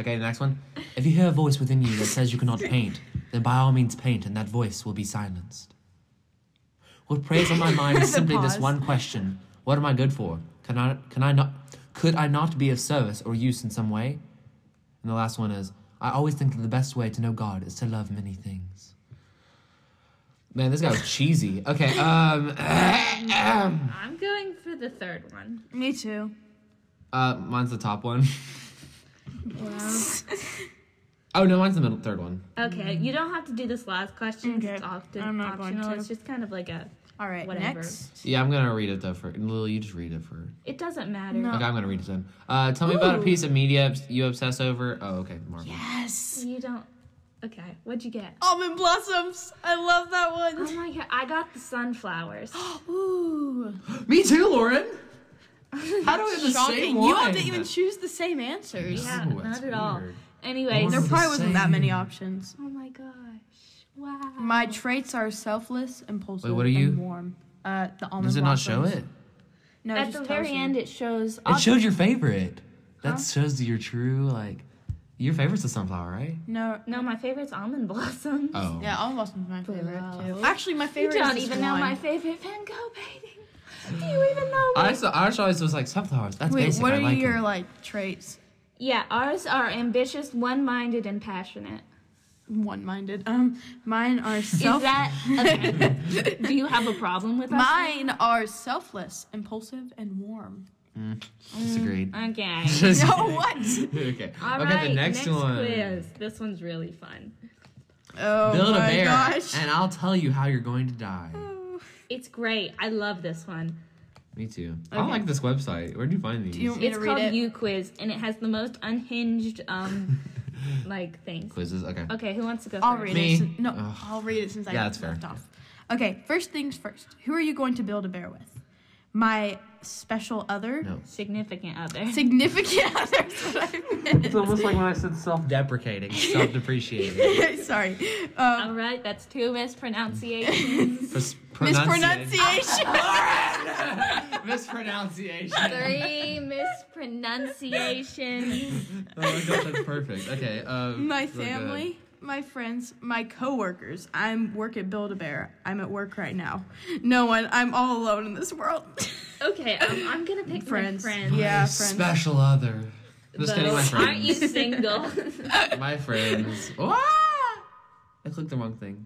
Okay, the next one. If you hear a voice within you that says you cannot paint, then by all means paint, and that voice will be silenced. What preys on my
[LAUGHS]
mind is
The
simply this
pause.
one question: What am I good for? Can I? Can I not? Could I not be of service or use in some way? And the last one is: I always think that the best way to know God is to love many things. Man, this guy was cheesy. Okay, um, [LAUGHS]
I'm going for the third one.
Me too.
uh, mine's the top one. [LAUGHS] Oh no, mine's the middle, third one.
Okay, you don't have to do this last question. 'cause
Okay,
It's opt-
I'm not going
optional.
to.
It's just kind of like a.
All right,
Whatever.
next.
Yeah, I'm gonna read it though. For Lily, you just read it for.
It doesn't matter.
No.
Okay, I'm gonna read it then. Uh, tell me about a
Ooh.
piece of media obs- you obsess over. Oh, okay, Marvel.
Yes.
You don't. Okay, what'd you get?
Almond blossoms. I love that
Oh
one.
my god, I got the [GASPS] sunflowers.
Ooh.
Me too,
[LAUGHS]
Lauren. How do we have the same
Shocking.
one?
You have to even choose the same answers.
Yeah,
No, that's
not at all.
weird.
Anyways,
They're
There
They're
probably wasn't that many
same.
options.
oh my gosh. Wow.
My traits are selfless, impulsive,
Wait, what are you?
and warm. Uh, the almond
Does it not show
blossoms.
it?
No, it
At
uh, just
the
tells
very
you.
end, it shows.
It showed your favorite. That shows your true like. Your favorite's the sunflower, right?
No,
No, my favorite's almond blossoms.
Oh.
Yeah, almond blossoms my favorite
Wow.
too. Actually, my
You
favorite.
don't
is this
even know
one.
my favorite Van Gogh painting. Do you even know?
Oh. I just, I just always was like sunflowers. That's
Wait,
basic.
what
I
are
like
your
it.
like traits?
Yeah, ours are ambitious, one-minded, and passionate.
One-minded. Um, mine are
Is
self.
that? [LAUGHS] Okay. Do you have a problem with us?
[LAUGHS] mine are selfless, impulsive, and warm.
Disagreed.
Mm,
Okay.
[LAUGHS]
Just- [LAUGHS]
No, what?
okay.
All
okay,
right.
the next, one.
quiz. This one's really fun.
Oh
Build
my
a bear,
gosh.
and I'll tell you how you're going to die.
It's great. I love this one.
Me too. I like this website. Where'd you find these?
Do you want me
It's
to read
called
it?
You Quiz, and it has the most unhinged
[LAUGHS]
um, like things.
Quizzes. Okay.
Okay, who wants to go
I'll
first?
read
Me?
it. sin- No,
Ugh.
I'll read it since I
Yeah, that's fair.
left off. Okay, first things first. Who are you going to build a bear with? My special other,
No.
Significant other.
significant [LAUGHS] other. is what I meant.
It's almost like when I said self-deprecating, [LAUGHS] self-depreciating.
Sorry. Um,
[LAUGHS] All right, that's
[LAUGHS]
two mispronunciations.
Pres-
mispronunciation. [LAUGHS]
Mispronunciation.
Three mispronunciations.
Oh my god, that's perfect. Okay. Um,
my
we're good.
family, my friends, my coworkers. I'm work at Build a Bear. I'm at work right now. No one. I'm all alone in this world. [LAUGHS]
Okay, um, I'm gonna pick
friends.
my friends.
Yeah, friends.
Special other. Just kidding, my
But Aren't you
friends. [LAUGHS]
single?
my
[LAUGHS]
friends. Ah! I clicked the wrong thing.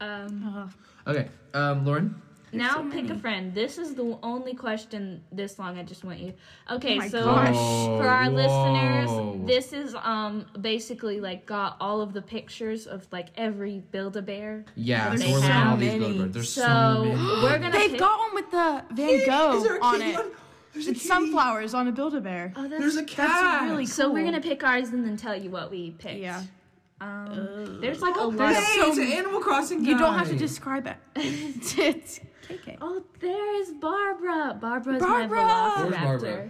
um,
Ugh.
Okay. Um, Lauren.
now pick a friend. This is the only question this long. I just want you. Okay,
Oh my
so
gosh.
for our
Whoa.
listeners, this is um basically like got all of the pictures of like every Build a Bear.
Yeah.
There's
So we're
so
learning all these
many.
billboards. There's so,
So
many.
we're gonna.
They've
pick-
got one with the Van Gogh on it. It's sunflowers on a Build a Bear.
Oh, that's,
There's a cat.
That's really cool.
So we're gonna pick ours and then tell you what we picked.
Yeah. Oh,
Um, there's like a lot of.
There's so-
Animal Crossing.
You don't have to [LAUGHS] describe it. it's KK.
Oh, there is Barbara. Barbara's
Barbara!
my
Where's
velociraptor.
Barbara?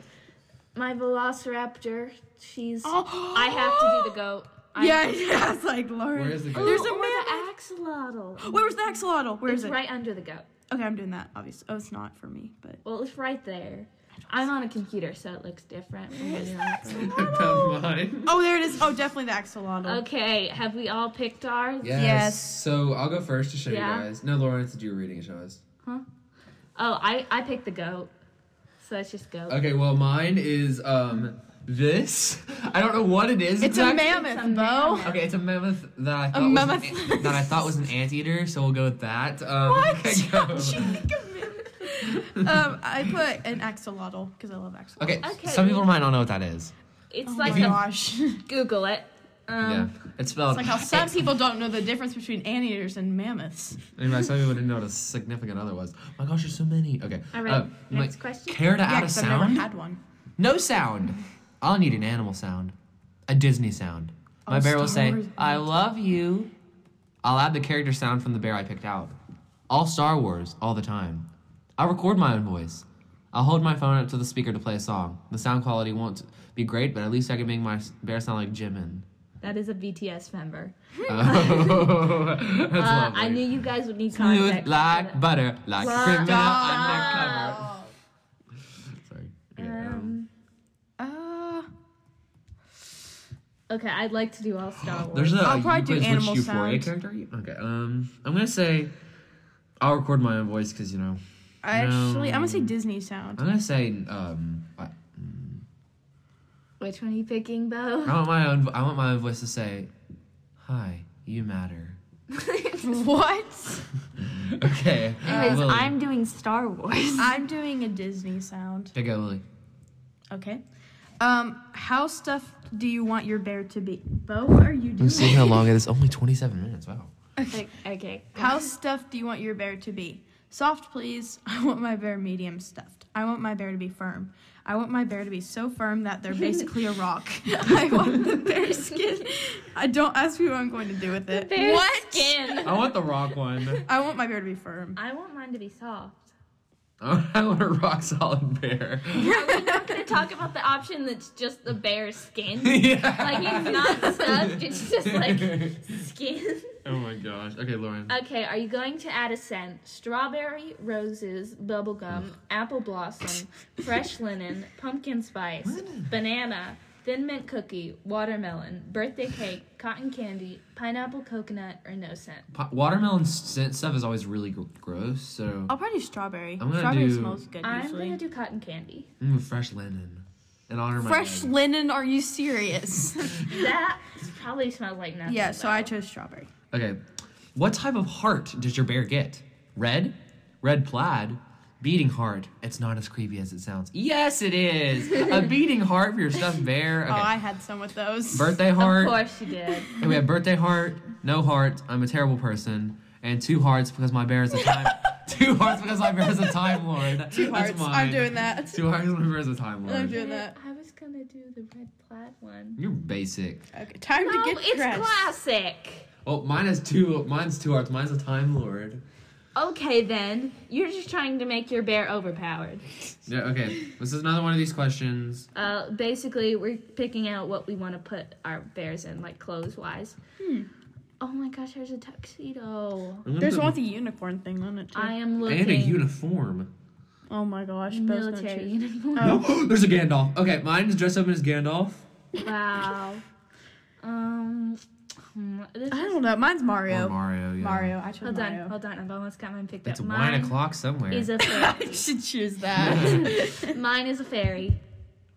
My velociraptor. She's.
Oh.
I have to
[GASPS]
do the goat. I-
Yeah, yeah. It's like Lauren.
Where is the
Ooh,
goat?
There's a
or
man-
the axolotl.
Where's the axolotl? Where
It's
is it?
right under the goat.
Okay, I'm doing that. Obviously. Oh, it's not for me, but.
Well, it's right there. I'm on a computer, so it looks different. from [LAUGHS] the other one.
I found mine.
Oh, there it is. Oh, definitely the axolotl.
Okay, have we all picked ours?
Yes.
Yes.
So I'll go first to show
Yeah.
you guys. No, Lauren, it's a do reading. Show us.
Oh, I, I picked the goat. So it's just goat.
Okay, well, mine is um this. I don't know what it is.
It's a
exactly.
mammoth,
It's
Bo.
a mammoth.
Okay, it's a mammoth that I thought was an,
mammoth.
an- that I thought was an anteater, so we'll go with that. Um,
What?
Okay,
[LAUGHS] How'd
go. [LAUGHS]
you think of mammoth? um, I put an axolotl because I love axolotl.
okay,
Okay.
some people might not know what that is.
It's
Oh
like
my
a
gosh. [LAUGHS] it's
Google it. Um,
yeah, it's spelled.
like how some people don't know the difference between anteaters and mammoths.
anyway, some people didn't know what a significant other was. my gosh, there's so many. Okay.
All right,
uh,
next
my-
question.
Care to
Yeah,
add a
'cause I've never
sound?
had one.
No sound. I'll need an animal sound, a Disney sound. My
Oh,
bear will
Star
say,
Wars.
"I love you." I'll add the character sound from the bear I picked out. All Star Wars, all the time. I'll record my own voice. I'll hold my phone up to the speaker to play a song. The sound quality won't be great, but at least I can make my s- bear sound like Jimin.
That is a BTS member.
Oh, [LAUGHS] that's
[LAUGHS] Uh,
lovely.
I knew you guys would need
Smooth
context.
like butter, like
Stop.
criminal undercover. Sorry. Okay, um,
Um,
Uh,
okay, I'd like to do all Star Wars.
There's a
I'll
you
probably do
guys- which
animal
Euphoria
sound.
character. are you- Okay. Um, I'm gonna say I'll record my own voice because you know
I actually, I'm gonna say Disney sound.
I'm gonna say um I,
Which one are you picking, Bo?
I want my own I want my own voice to say, "Hi, you matter."
[LAUGHS]
[LAUGHS]
What?
Okay, uh,
Because
Lily.
I'm doing Star [LAUGHS] Wars.
I'm doing a Disney sound.
Okay, go, Lily.
Okay. Um, how stuffed do you want your bear to be? Bo, what are you doing?
Let's see how long it is. Only 27 minutes. Wow.
Like, okay.
[LAUGHS] How stuffed do you want your bear to be? Soft, please. [LAUGHS] I want my bear medium stuffed. I want my bear to be firm. I want my bear to be so firm that
[LAUGHS]
they're basically a rock. [LAUGHS] I want the bear skin. I don't ask me what I'm going to do with it.
Bear
what?
skin.
I want the rock one. [LAUGHS]
I want my bear to be firm.
I want mine to be soft.
I want a rock solid bear. [LAUGHS]
[LAUGHS] I'm gonna talk about the option that's just the bare skin. Like
yeah.
it's not stuffed, it's just like skin.
[LAUGHS] oh my gosh. Okay, Lauren.
Okay, are you going to add a scent? Strawberry, roses, bubblegum, apple blossom, fresh linen, pumpkin spice, banana, thin mint cookie, watermelon, birthday cake, cotton candy, pineapple coconut, or no scent?
Pa- watermelon scent stuff is always really gr- gross. So
I'll probably do strawberry.
I'm gonna
strawberry
do-
smells good
I'm
usually.
gonna do cotton candy.
Mm, fresh linen. In honor of my
Fresh
dad.
linen, are you serious?
That probably smells like
[LAUGHS]
nothing.
yeah, so
though.
I chose strawberry.
Okay. What type of heart does your bear get? Red? Red plaid? Beating heart. It's not as creepy as it sounds. Yes, it is.
[LAUGHS]
a beating heart for your stuffed bear. Okay.
Oh, I had some with those.
birthday
Of
heart.
course you did.
And we have birthday heart, no heart, I'm a terrible person, and two hearts because
[LAUGHS]
my bear is a time. two hearts because my bear is a time
[LAUGHS]
lord.
Two hearts.
That's mine.
I'm doing [LAUGHS] that.
Two hearts because my bear is a time
I'm
lord.
doing that.
I was gonna do the red plaid one.
You're basic.
Okay, time
No,
to get
it's
dressed.
classic.
Oh, mine is two. Mine's two hearts. Mine's a time lord.
Okay then, you're just trying to make your bear overpowered.
Yeah. Okay. This is another one of these questions.
Uh, basically, we're picking out what we want to put our bears in, like clothes wise.
Hmm.
Oh my gosh, there's a tuxedo.
I'm gonna
There's [LAUGHS]
put
one with the unicorn thing on it too.
I am looking
and a uniform.
oh my gosh, Bo's gonna
military [LAUGHS]
choose. [LAUGHS] Oh,
uniform.
No, [GASPS] there's a Gandalf. Okay, mine's dressed up as Gandalf.
Wow. Um, hmm, this
I
is-
don't know. Mine's Mario. Oh,
Or Mario. Yeah.
Mario. I chose
hold
[LAUGHS]
on,
Mario.
hold on. I've almost got mine picked
It's
up.
one
Mine
o'clock somewhere.
is a fairy.
[LAUGHS] I should choose [LAUGHS] that.
mine is a fairy.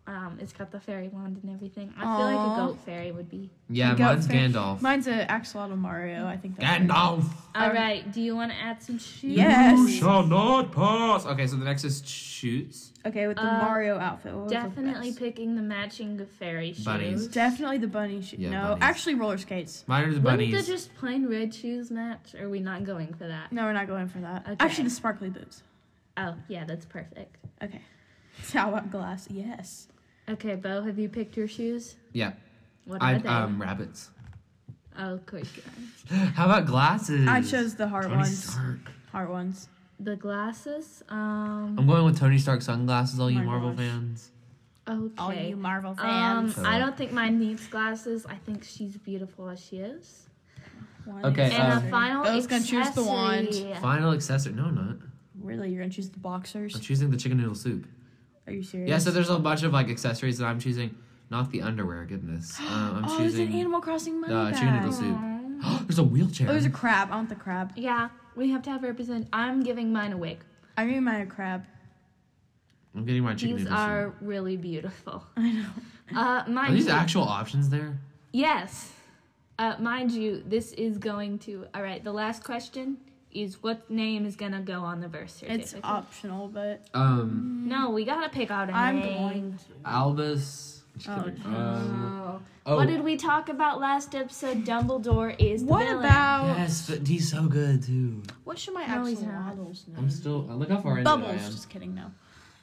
Um, it's got the fairy wand and everything. I feel like
Aw.
a goat fairy would be.
[LAUGHS] yeah,
Goat
mine's
fairy.
Gandalf.
Mine's a axolotl Mario. I think. That's
Gandalf.
All
Um,
right. Do you want to add some shoes?
You
Yes.
shall not pass. Okay, so the next is shoots.
Okay, with the
Uh,
Mario outfit. what was the
Definitely
best?
picking the matching fairy shoes.
Bunnies.
Definitely the bunny shoe.
Yeah,
no,
bunnies.
actually roller skates.
Mine are the
Wouldn't the
bunnies.
just plain red shoes match? Or are we not going for that?
No, we're not going for that.
Okay.
Actually, the sparkly boots.
Oh, yeah, that's perfect.
Okay. [LAUGHS] How about glass? Yes.
Okay, Bo, have you picked your shoes?
yeah,
What are
I
they?
um rabbits. [GASPS]
oh, of course. you are.
How about glasses?
I chose the heart
Tony
ones.
Stark.
Heart ones.
The glasses. Um.
I'm going with Tony Stark sunglasses. All you
My
Marvel
gosh.
fans.
Okay.
All you Marvel
um,
fans.
I don't think mine needs glasses. I think she's beautiful as she is.
One
okay,
accessory.
And
um,
a final
Bo's gonna choose the wand.
accessory.
Final accessory. No, I'm not.
Really, you're gonna choose the boxers?
I'm choosing the chicken noodle soup.
Are you serious?
Yeah, so there's a bunch of like accessories that I'm choosing. Not the underwear. Goodness. Um, I'm
oh, it's
choosing
an Animal Crossing money
the
bag.
chicken noodle soup.
Aw.
[GASPS] there's a wheelchair.
Oh, there's a crab. I want the crab.
Yeah, we have to have represent. I'm giving mine a wig.
I mean, my crab.
I'm getting my chicken
These
noodle
are
soup.
really beautiful. [LAUGHS]
I know.
Uh,
Are
mine.
these actual options there?
Yes. Uh, mind you, this is going to. All right, the last question is what name is going to go on the birth certificate?
It's optional, but
Um,
No, we got to pick out a
I'm
name.
going
Albus. Just
Oh,
kidding.
no.
Um,
Oh.
oh.
What did we talk about last episode? Dumbledore is the
What
villain.
about
Yes, but he's so good too.
what should my
No, he's not.
axolotls name?
I'm still. uh, Look how far into it I
Bubbles.
am.
Just kidding. No.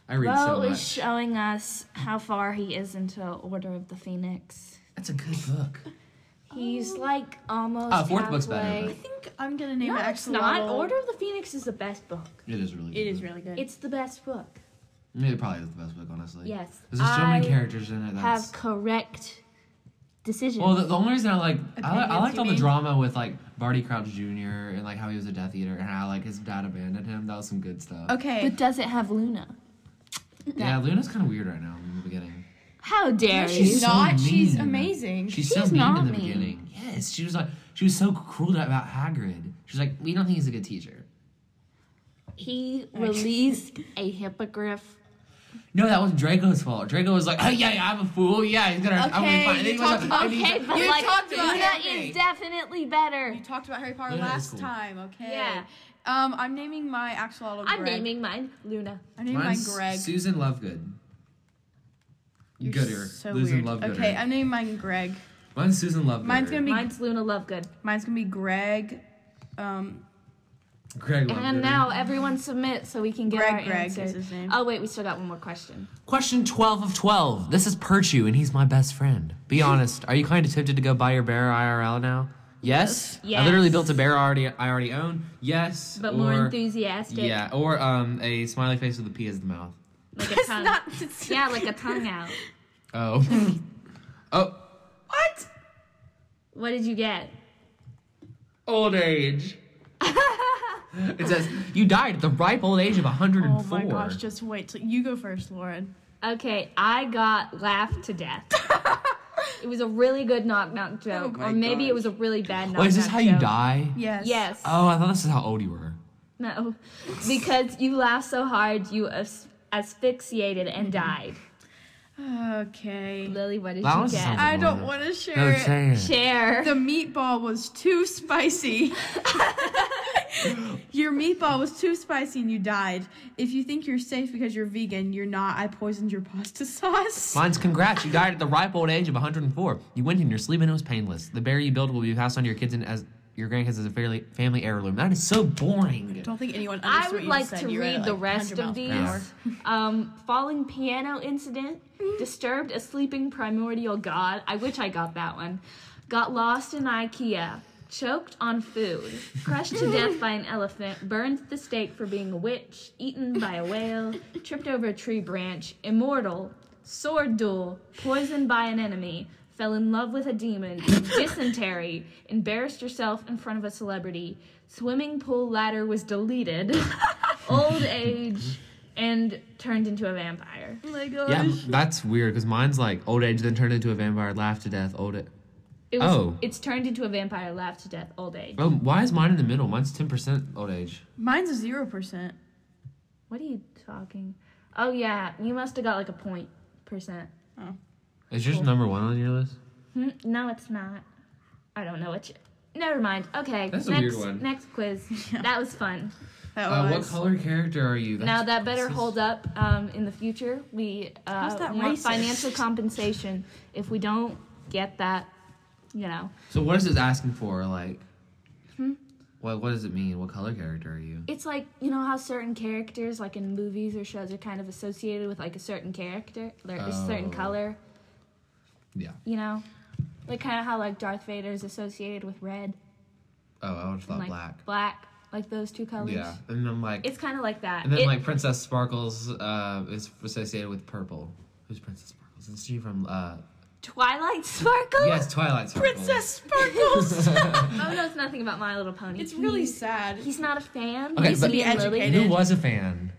I read
Bo
so
is
much.
showing us how far he is into Order of the Phoenix.
That's a good book.
He's like almost
Uh, fourth book's better,
I
halfway.
think I'm gonna name
Oh. No,
it
it's
axolotl.
not. Order of the Phoenix is the best book.
It is really. Good
It is
book.
really good.
It's the best book.
I mean, it probably is the best book, honestly.
Yes.
There's just so many
I-
characters in it. That's.
have correct decisions.
well,
[LAUGHS]
the, the only reason I like I, li- I
Opinions,
liked
you
all the
mean?
drama with like Barty Crouch Jr. and like how he was a Death Eater and how like his dad abandoned him. That was some good stuff.
okay.
but does it have Luna?
Yeah, Luna's kind of weird right now in the beginning.
How
No,
dare you?
she's
She's so
not. she's
mean.
amazing.
She's, so
She's
mean
not
in the
mean.
beginning. Yes, she was like she was so cruel about Hagrid. She's like, we don't think he's a good teacher. [LAUGHS]
He released a hippogriff.
No, that was Draco's fault. Draco was like, oh, yeah, yeah, I'm a fool. Yeah, he's gonna, I'm gonna be
Okay,
fine. And
you
then he was
talked
like,
about-
and he's
Okay,
like-
but
You
like
talked about
Luna
everything.
is definitely better.
You talked about Harry Potter
Luna is
last
cool.
time, okay?
Yeah.
Um, I'm naming my axolotl
I'm
Greg.
naming mine Luna.
I'm naming
Mine's
mine Greg.
Susan Lovegood.
You're
Gooder.
So
Susan
weird.
Lovegooder.
Okay, I'm naming mine Greg.
Mine's Susan Lovegooder.
Mine's gonna be
Mine's Luna Lovegood.
mine's gonna be Greg. Um, [LAUGHS]
Greg Lovegooder.
And now everyone submit so we can get
Greg
our
Gregg is
answer.
his name.
Oh wait, we still got one more question.
Question 12 of 12. This is Perchu, and he's my best friend. Be honest, are you kind of tempted to go buy your bear IRL now? Yes. I
Yes.
literally built a bear I already, I already own. Yes.
But more
or-
enthusiastic.
Yeah, or um, a smiley face with a P as the mouth.
Like a
[LAUGHS] it's
tongue.
not. It's,
yeah, like a
[LAUGHS]
tongue out.
Oh. oh.
What?
What did you get?
[LAUGHS]
Old age. it says, you died at the ripe old age of 104.
Oh my gosh! Just wait till you go first, Lauren.
Okay, I got laughed
[LAUGHS]
to death. it was a really good knock knock joke,
Oh my
or maybe it
gosh.
was a really bad knock.
Oh, is this
knock
how you
joke.
die?
Yes.
Yes.
Oh, I thought this is how old you were.
No, because you laughed so hard you as- asphyxiated and died.
Okay.
Lily, what did
That
you
was
get?
something.
I don't want to share
No,
it.
saying.
Share.
The meatball was too
[LAUGHS]
spicy. your meatball was too spicy and you died. If you think you're safe because you're vegan, you're not. I poisoned your pasta sauce.
Mine's congrats. You died at the ripe old age of 104. You went in your sleep and it was painless. The bear you built will be passed on to your kids and as your grandkids as a fairly family heirloom. That is so boring.
I don't think anyone understood
I
what
would
you
like
said.
to
You
read
it,
the
like,
rest
100
of
miles
these.
per hour.
Um, falling piano incident, disturbed a sleeping primordial god. I wish I got that one. Got lost in IKEA, choked on food, crushed to death by an elephant, burned at the stake for being a witch, eaten by a whale, tripped over a tree branch, immortal, sword duel, poisoned by an enemy. Fell in love with a demon, dysentery, embarrassed herself in front of a celebrity, swimming pool ladder was deleted, [LAUGHS] old age and turned into a vampire.
Oh my gosh.
Yeah, that's weird because mine's like old age then turned into a vampire, laughed to death, old age.
It was,
Oh.
It's turned into a vampire, laughed to death, old age.
Oh, why is mine in the middle? Mine's 10% old age.
Mine's a 0%.
What are you talking? Oh, yeah. You must have got like a point percent.
Is yours number one on your list?
Hmm? No, it's not. I don't know what you. Never mind. Okay.
That's a
next,
weird one.
Next quiz.
[LAUGHS]
That was fun.
That
Uh, what
was.
color character are you?
Oh, now
That's-
that better
this is-
hold up um, in the future. We uh,
How's that
want
racist?
financial compensation. If we don't get that, you know,
So what is this asking for? Like,
Hmm?
what what does it mean? What color character are you?
it's like you know how certain characters like in movies or shows are kind of associated with like a certain character or a certain
Oh.
color
Yeah.
you know like kind of how like darth vader is associated with red
Oh, I would have thought
and, like
black.
black like those two colors
Yeah, and I'm like,
it's kind of like that
and then
It-
like Princess Sparkles uh, is associated with purple. Who's Princess Sparkles? Is she from? Uh,
twilight [LAUGHS] sparkle
yes, Twilight Sparkles.
Princess
[LAUGHS]
Sparkles!
oh knows nothing about my little pony
it's really
He's-
sad.
he's not a fan
Okay,
He's
but-
me and Lily.
Educated.
Who was a fan?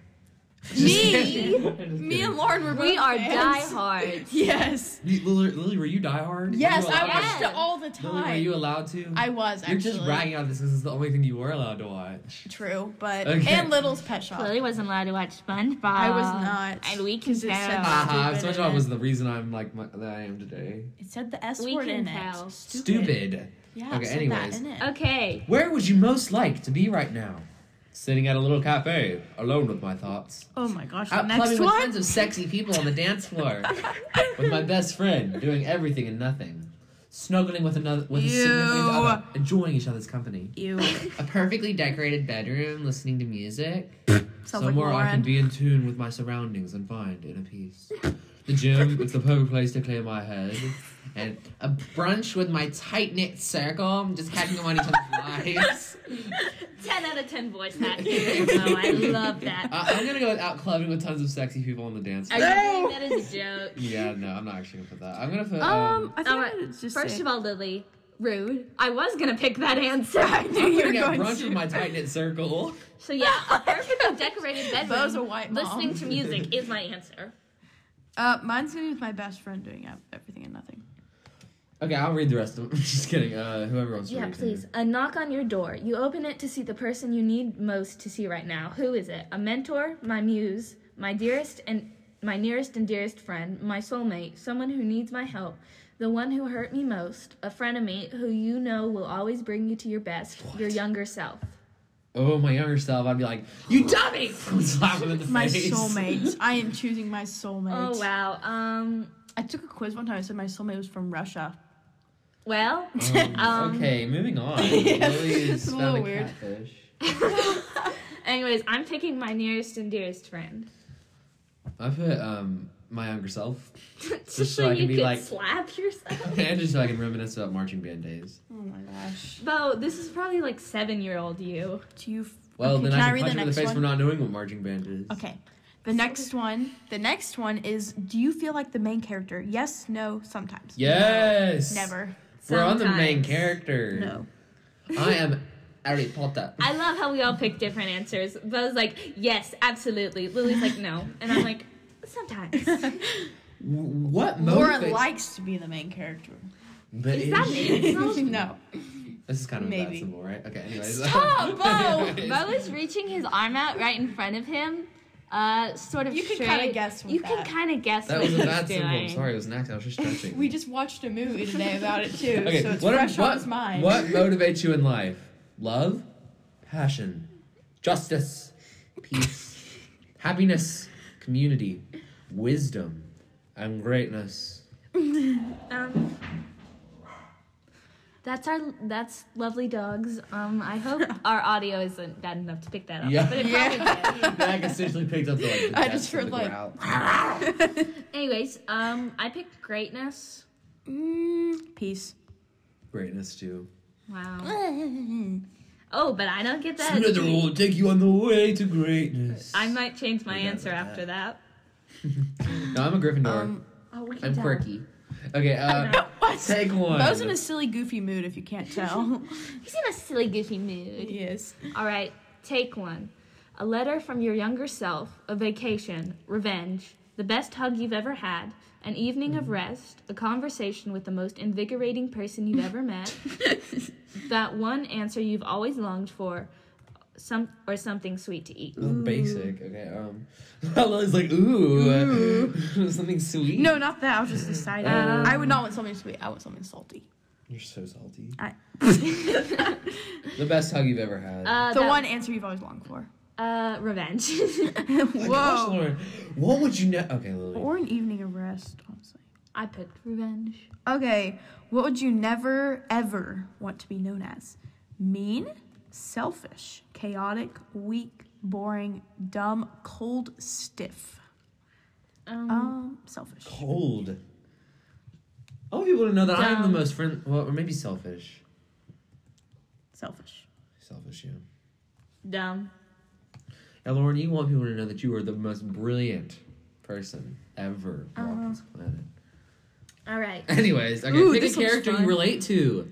[LAUGHS]
Me! Me and Lauren were both.
we are
fans.
diehards
[LAUGHS] Yes.
Lily, Lily, were you diehard?
Yes,
Were you
I
allowed-
watched it all the
Lily, were
time.
you allowed to?
I was,
You're
actually.
just bragging on this because it's the only thing you were allowed to [LAUGHS] watch.
True, but.
Okay.
And Little's Pet Shop.
Lily wasn't allowed to watch SpongeBob.
I was not.
and we
'Cause
can
it said that.
tell.
Haha,
Stupid,
SpongeBob
isn't it?
was the reason I'm like my, that I am today.
It said the S
We
word
can
in
tell.
it.
Stupid.
Yeah,
okay,
it said
anyways.
that in it.
Okay,
Where would you most like to be right now? Sitting at a little cafe, alone with my thoughts.
Oh my gosh, the
Out
next
clubbing Uh, with
one.
tons of sexy people on the dance floor.
[LAUGHS]
with my best friend, doing everything and nothing. Snuggling with another with a significant
Ew.
other, enjoying each other's company. [LAUGHS]
You
A perfectly decorated bedroom, listening to music.
sounds like
Somewhere I
Lauren.
can be in tune with my surroundings and find inner peace. The gym, it's the perfect place to clear my head. And a brunch with my tight knit circle, just catching up on each
[LAUGHS]
other's lives.
10 out of 10 voice hack. oh, I love that.
I- Uh, I'm gonna go without clubbing with tons of sexy people on the dance
Are
floor.
you saying that is a joke?
Yeah, no, I'm not actually gonna put that. I'm gonna put. Um,
um, I think
All
I'm
right.
gonna just
First
say- [LAUGHS]
of all, Lily, rude. I was going to pick that answer. I knew
I'm
you
gonna
were
get
going
brunch
to.
with my tight knit circle.
So, yeah, a perfectly decorated bedroom.
That was a white mom.
Listening to music is my answer.
uh, mine's gonna be with my best friend doing ev- everything and nothing.
Okay, I'll read the rest of them. [LAUGHS] Just kidding. Uh, whoever wants to
Yeah,
read.
please. A knock on your door. You open it to see the person you need most to see right now. Who is it? A mentor, my muse, my dearest and my nearest and dearest friend, my soulmate, someone who needs my help, the one who hurt me most, a frenemy who you know will always bring you to your best, your younger self.
Oh, my younger self, I'd be like, "You dummy!" [LAUGHS] Slap him in the
My
face.
soulmates. I am choosing my soulmates.
Oh wow. Um
I took a quiz one time. I said my soulmate was from Russia.
well,
[LAUGHS]
[LAUGHS]
[LAUGHS]
Um,
Um,
okay, moving on.
Yeah,
Lily's
it's a
found
little weird.
catfish.
anyways, I'm picking my nearest and dearest friend. [LAUGHS]
I put um my younger self. [LAUGHS]
Just
so I can be like-
slap yourself.
and just so I can reminisce about marching band days.
Oh my gosh.
Bo, this is probably like seven year old you.
Do you? F-
Well,
okay,
then
can
I
I,
can
read
punch
the
him in the
next
face
one?
for not knowing what marching band is.
Okay. The next one. The next one is Do you feel like the main character? Yes, no, sometimes.
Yes.
Never.
We're on the main
Sometimes.
character.
No.
I am Harry Potter.
I love how we all pick different answers. Bo's like, yes, absolutely. Lily's like, no. And I'm like, [LAUGHS] sometimes.
W- what
Laura
motivates?
likes to be the main character.
But
Is that
is-
[LAUGHS]
me?
no.
This is kind of a bad
Maybe.
symbol, right? Okay. Anyways. [LAUGHS]
Stop, Oh, Bo!
Anyways.
Bo is reaching his arm out right in front of him. Uh, sort of
You can
straight.
kinda guess with
you
that.
can kind of guess
That
what
was a
he's
bad symbol. I'm
doing.
sorry, it was an accident. I was just stretching.
We just watched a movie today about it too,
Okay,
so it's
what,
fresh
what,
on his mind.
what motivates you in life? Love, passion, justice, peace,
[LAUGHS]
happiness, community, wisdom, and greatness.
Um, that's our that's lovely dogs. Um, I hope
[LAUGHS]
our audio isn't bad enough to pick that up. [LAUGHS]
Yeah. [LAUGHS]
But it
[LAUGHS] Yeah.
probably did.
That essentially picked up the like. The
I just
depth and
heard,
the
like-
growl.
Anyways, um, I picked greatness.
Mm, peace.
greatness too.
Wow. Oh, but I don't get that.
Slither will take you on the way to greatness.
I might change my
Yeah,
answer
like
after that.
No, I'm a Gryffindor.
Um,
Oh, we can
I'm
tell.
quirky. Okay. Uh,
know.
What?
Take one.
Bo's in a silly, goofy mood. If you can't [LAUGHS] tell,
He's in a silly, goofy mood.
yes.
All right, take one. A letter from your younger self, a vacation, revenge, the best hug you've ever had, an evening
Mm-hmm.
of rest, a conversation with the most invigorating person you've
[LAUGHS]
ever met, that one answer you've always longed for, some or something sweet to eat.
This is basic. Okay. Um, [LAUGHS] Lily's like, ooh, uh, [LAUGHS] something sweet.
No, not that. I was just deciding.
Uh,
Um,
I would not want something sweet. I want something salty.
You're so salty.
I-
[LAUGHS] the best hug you've ever had.
Uh,
the
that-
one answer you've always longed for.
Uh, revenge. [LAUGHS]
My gosh,
[LAUGHS] Whoa.
Lauren, what would you know? Okay, Lily.
Or an evening of rest, honestly.
I picked revenge.
Okay, what would you never ever want to be known as? Mean, selfish, chaotic, weak, boring, dumb, cold, stiff.
Um,
Um, selfish.
Cold. I want people to know that I am the
Dumb.
most friend. Well, or maybe selfish.
Selfish.
Selfish, yeah.
dumb.
Now, Lauren, you want people to know that you are the most brilliant person ever walked on this planet. [LAUGHS]
All right.
Anyways, okay,
Ooh,
pick a
this one's
character
fun.
you relate to.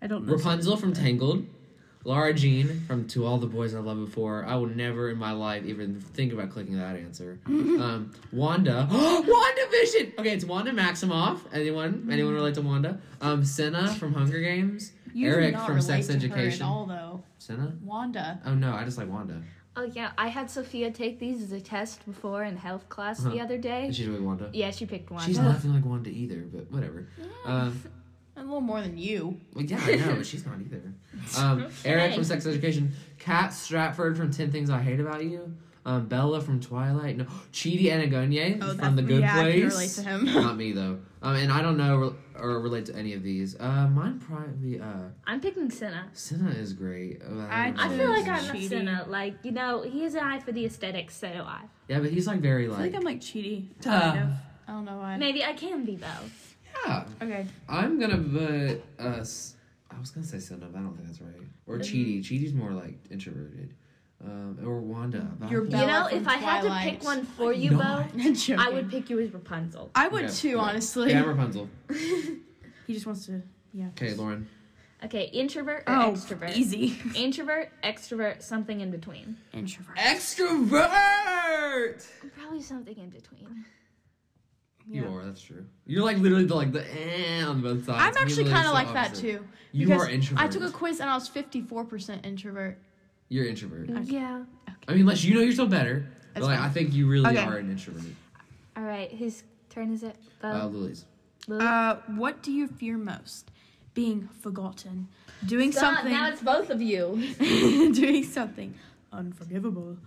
I don't know.
Rapunzel from Tangled. Lara Jean from To All the Boys I've Loved Before. I will never in my life even think about clicking
[LAUGHS]
that answer. um, Wanda. [GASPS] Wanda Vision. Okay, it's Wanda Maximoff. Anyone? Anyone relate to Wanda? Um, Senna from Hunger Games.
You do
Eric
not
from
relate
Sex
to her at
Education.
all, though.
Senna?
Wanda.
Oh no, I just like Wanda.
Oh yeah, I had Sophia take these as a test before in health class the
Uh-huh.
other day.
Is she really Wanda?
Yeah, she picked one.
She's nothing like Wanda either, but whatever. Um,
A little more than you.
Well, yeah, I know, but she's not either.
[LAUGHS]
Um, Eric from Sex Education, Kat Stratford from Ten Things I Hate About You, um, Bella from Twilight, no, Chidi Anagonye from The Good
Oh, yeah, I
Place.
can relate to him.
[LAUGHS] not me though. Um, and I don't know or relate to any of these. Uh, mine probably. Uh,
I'm picking Senna.
Senna is great. Uh,
I
don't
I
know.
feel like
Cheating.
I'm a sinner. Like, you know, he has an eye for the aesthetics, so do I.
Yeah, but he's like very
I
like. uh,
think I'm like cheaty.
Tough.
Kind of. I don't know why.
Maybe I can be, though.
yeah,
Okay. [LAUGHS]
I'm gonna put. Uh, s- I was gonna say Senna, but I don't think that's right. Or Chidi. Chidi's more like introverted. Um, or Wanda. but I
You're
think-
Bella
you know,
from
if I had to
Twilight.
pick one for you, Bo,
Not.
I would pick you as Rapunzel.
I would
Yeah,
too,
yeah.
honestly.
Yeah, Rapunzel.
[LAUGHS] He just wants to. Yeah. Oh,
Okay, Lauren.
Okay, introvert or extrovert?
easy.
Introvert, extrovert, something in between.
[LAUGHS] Introvert.
Extrovert!
Probably something in between.
You
Yeah.
are. That's true. You're like literally the like the eh on both
I'm
sides. Me and
actually
Lily are
kind of
so
like that
opposite.
too.
You
because
are introvert.
I took a quiz and I was 54% introvert.
You're introvert.
Yeah.
I mean, unless you know yourself better. But
That's
like,
fine.
I think you really
Okay.
are an introvert.
All right. Whose turn is it? The,
Uh, Lily's.
Lily?
Uh, what do you fear most? Being forgotten, doing
Stop,
something,
Now it's both of you.
[LAUGHS] doing something unforgivable,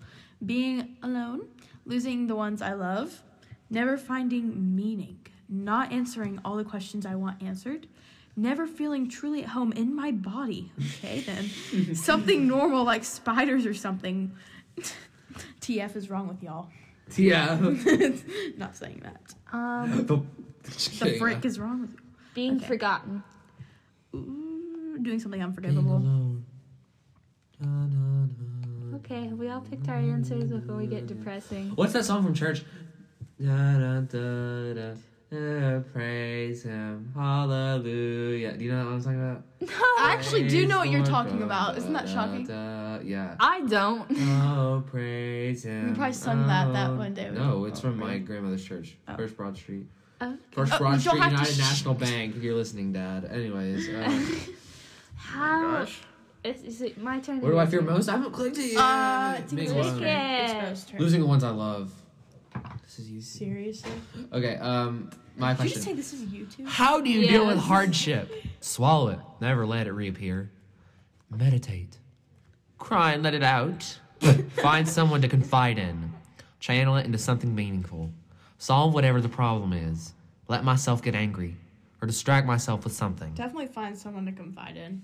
being alone, losing the ones I love, never finding meaning, not answering all the questions I want answered, never feeling truly at home in my body. Okay,
[LAUGHS]
then something normal like spiders or something. [LAUGHS] TF is wrong with y'all. [LAUGHS]
Yeah. [LAUGHS]
Not saying that.
um,
the
The frick is wrong with you.
being
Okay.
forgotten.
Ooh, doing something
Being
unforgivable.
alone. Da, da, da.
Okay. Have we all picked our answers before we get depressing?
What's that song from church? Da, da, da, da, da, praise him, hallelujah. Do you know what I'm talking about?
I actually do know what you're
Praise the
talking
Lord,
about. Isn't that
da,
shocking?
da, yeah.
I don't.
Oh, praise him.
probably sung that- that
oh.
one day.
No, it's
Oh,
from my
really?
grandmother's church,
Oh.
First Broad Street.
[LAUGHS] Okay.
First
Oh,
Broad
you don't
Street
have to
United
sh-
National Bank. If you're listening, Dad.
[LAUGHS]
Anyways, uh,
Oh.
How is, is it my turn?
what do I fear most? I haven't clicked it yet.
Uh, it's
Big
English.
one.
Click it.
Exposed her.
Losing the ones I love. This is easy.
Seriously?
Okay. Um, my
Did you just say
question.
this is YouTube?
How do you
deal with Yes.
hardship? Swallow it. Never let it reappear. Meditate. Cry and let it out. [LAUGHS] Find someone to confide in. Channel it into something meaningful. Solve whatever the problem is. Let myself get angry or distract myself with something.
Definitely find someone to confide in.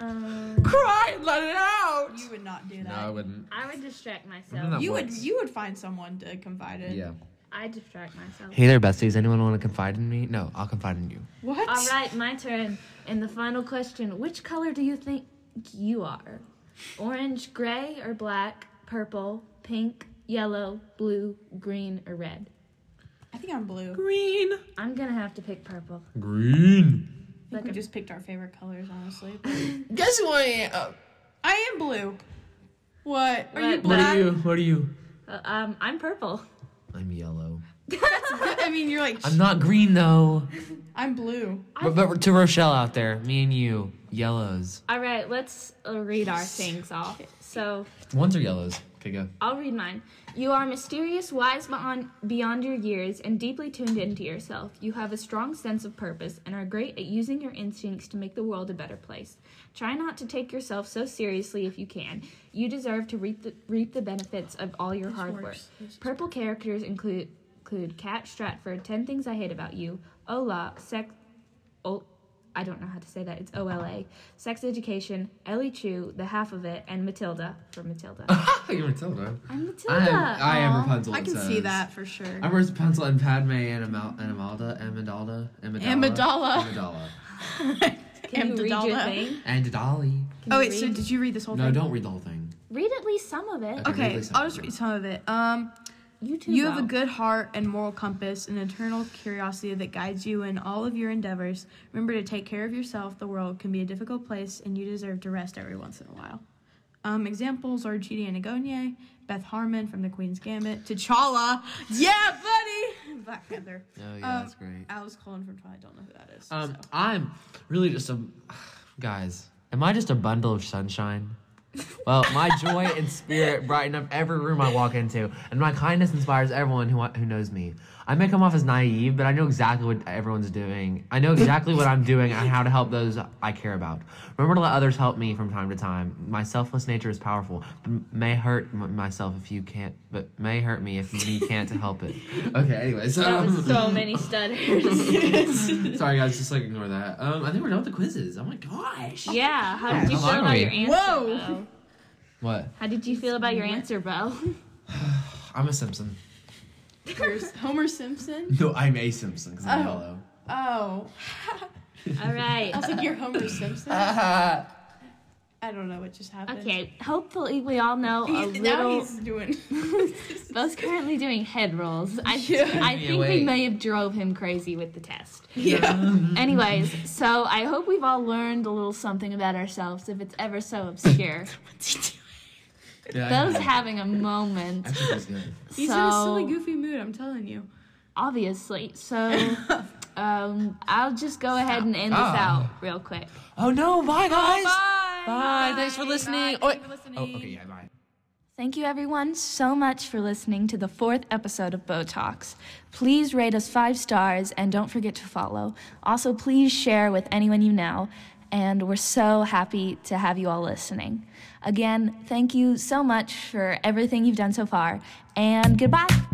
Um,
Cry and let it out.
You would not do
No,
that.
I wouldn't.
I would distract
No, no.
myself.
you would
Once.
you would find someone to confide in.
Yeah.
I distract myself.
Hey there, besties. Anyone want to confide in me? No, I'll confide in you.
What?
All right, my turn. And the final question Which color do you think you are? Orange, gray, or black, purple, pink, yellow, blue, green, or red?
I think I'm blue.
Green.
I'm gonna have to pick purple.
Green.
I think
Like
we
a-
just picked our favorite colors, honestly.
[LAUGHS] Guess who I am.
I am blue. What? Are you
What?
What are
black?
you? What are you?
Uh, um, I'm purple.
I'm yellow.
[LAUGHS] I mean, you're like
I'm not green though.
I'm blue.
But, but to Rochelle out there, me and you, yellows.
All right, let's uh, read our
[LAUGHS]
things off. So
Ones are yellows. Okay, go.
I'll read mine. You are mysterious, wise beyond, beyond your years, and deeply tuned into yourself. You have a strong sense of purpose and are great at using your instincts to make the world a better place. Try not to take yourself so seriously if you can. You deserve to reap the, reap the benefits of all your hard work.
works. This is
Purple characters include include Cat Stratford, Ten Things I Hate About You, Ola, Sex. O- I don't know how to say that. It's O L A. Sex Education, Ellie Chu, The Half of It, and Matilda from Matilda.
You're Matilda.
I'm Matilda.
I am, I am
Aw.
Rapunzel.
I
it
can see
says.
that for sure. [LAUGHS]
I'm Rapunzel and Padme and Amal- and Amalda, Amidalda, Amidala,
Amidala.
Amidala,
Can you
Am
read your
Dodala.
thing?
and Dali.
Can
Oh
you
wait, so
read?
did you read this whole
No,
thing?
don't read the whole thing.
read at least some of it.
Okay. read
Okay,
this
I'll
out.
just read some of it. Um,
You too.
You have a
Bo.
good heart and moral compass, an internal curiosity that guides you in all of your endeavors. Remember to take care of yourself. The world can be a difficult place, and you deserve to rest every once in a while. Um, examples are Chidi Anagonye, Beth Harmon from The Queen's Gambit, T'Challa, yeah, buddy, [LAUGHS] Black Panther,
Oh
yeah, Um,
that's
that's
great.
Alice Cullen from Twilight. Don't know who that is.
Um,
so.
I'm really just a guys. Am I just a bundle of sunshine? Well, my joy and spirit brighten up every room I walk into, and my kindness inspires everyone who, who knows me. I may come off as naive, but I know exactly what everyone's doing. I know exactly what I'm doing and how to help those I care about. Remember to let others help me from time to time. My selfless nature is powerful, but m- may hurt m- myself if you can't, but may hurt me if you can't to help it. [LAUGHS] Okay, anyway, so
That was
[LAUGHS]
[LAUGHS]
so many stutters.
Sorry guys, just like ignore that. Um, I think we're done with the quizzes. Oh my gosh.
[LAUGHS] yeah. How did you
How
feel
are
about
we?
your answer?
Whoa.
Bo?
What?
How did you feel about your answer, Bo?
I'm a Simpson.
[LAUGHS] Here's Homer Simpson.
No, I'm a Simpson because
I'm Oh.
[LAUGHS]
yellow. [LAUGHS] Oh, [LAUGHS]
All right.
I was like, you're Homer Simpson.
yellow.
I don't know what just happened.
Okay. Hopefully, we all know a
He's, now
little.
he's
[LAUGHS]
doing. [LAUGHS]
Bo's currently doing head rolls. I, I
Yeah,
think
wait.
we may have drove him crazy with the test.
yeah.
Anyways, so I hope we've all learned a little something about ourselves, if it's ever so obscure.
Yeah, I
Bo's
know.
having a moment.
Actually, that's good.
He's
so...
in a silly, goofy mood. I'm telling you.
obviously. So um, I'll just go ahead and end
Oh.
this out real quick.
Oh no, bye guys.
Bye.
Bye. Thanks for
Bye.
listening.
Thank you
Oh,
for
wait.
listening.
Oh, okay, yeah, bye.
Thank you, everyone, so much for listening to the fourth episode of Botox. Please rate us five stars and don't forget to follow. Also, please share with anyone you know. And we're so happy to have you all listening. Again, thank you so much for everything you've done so far, and goodbye.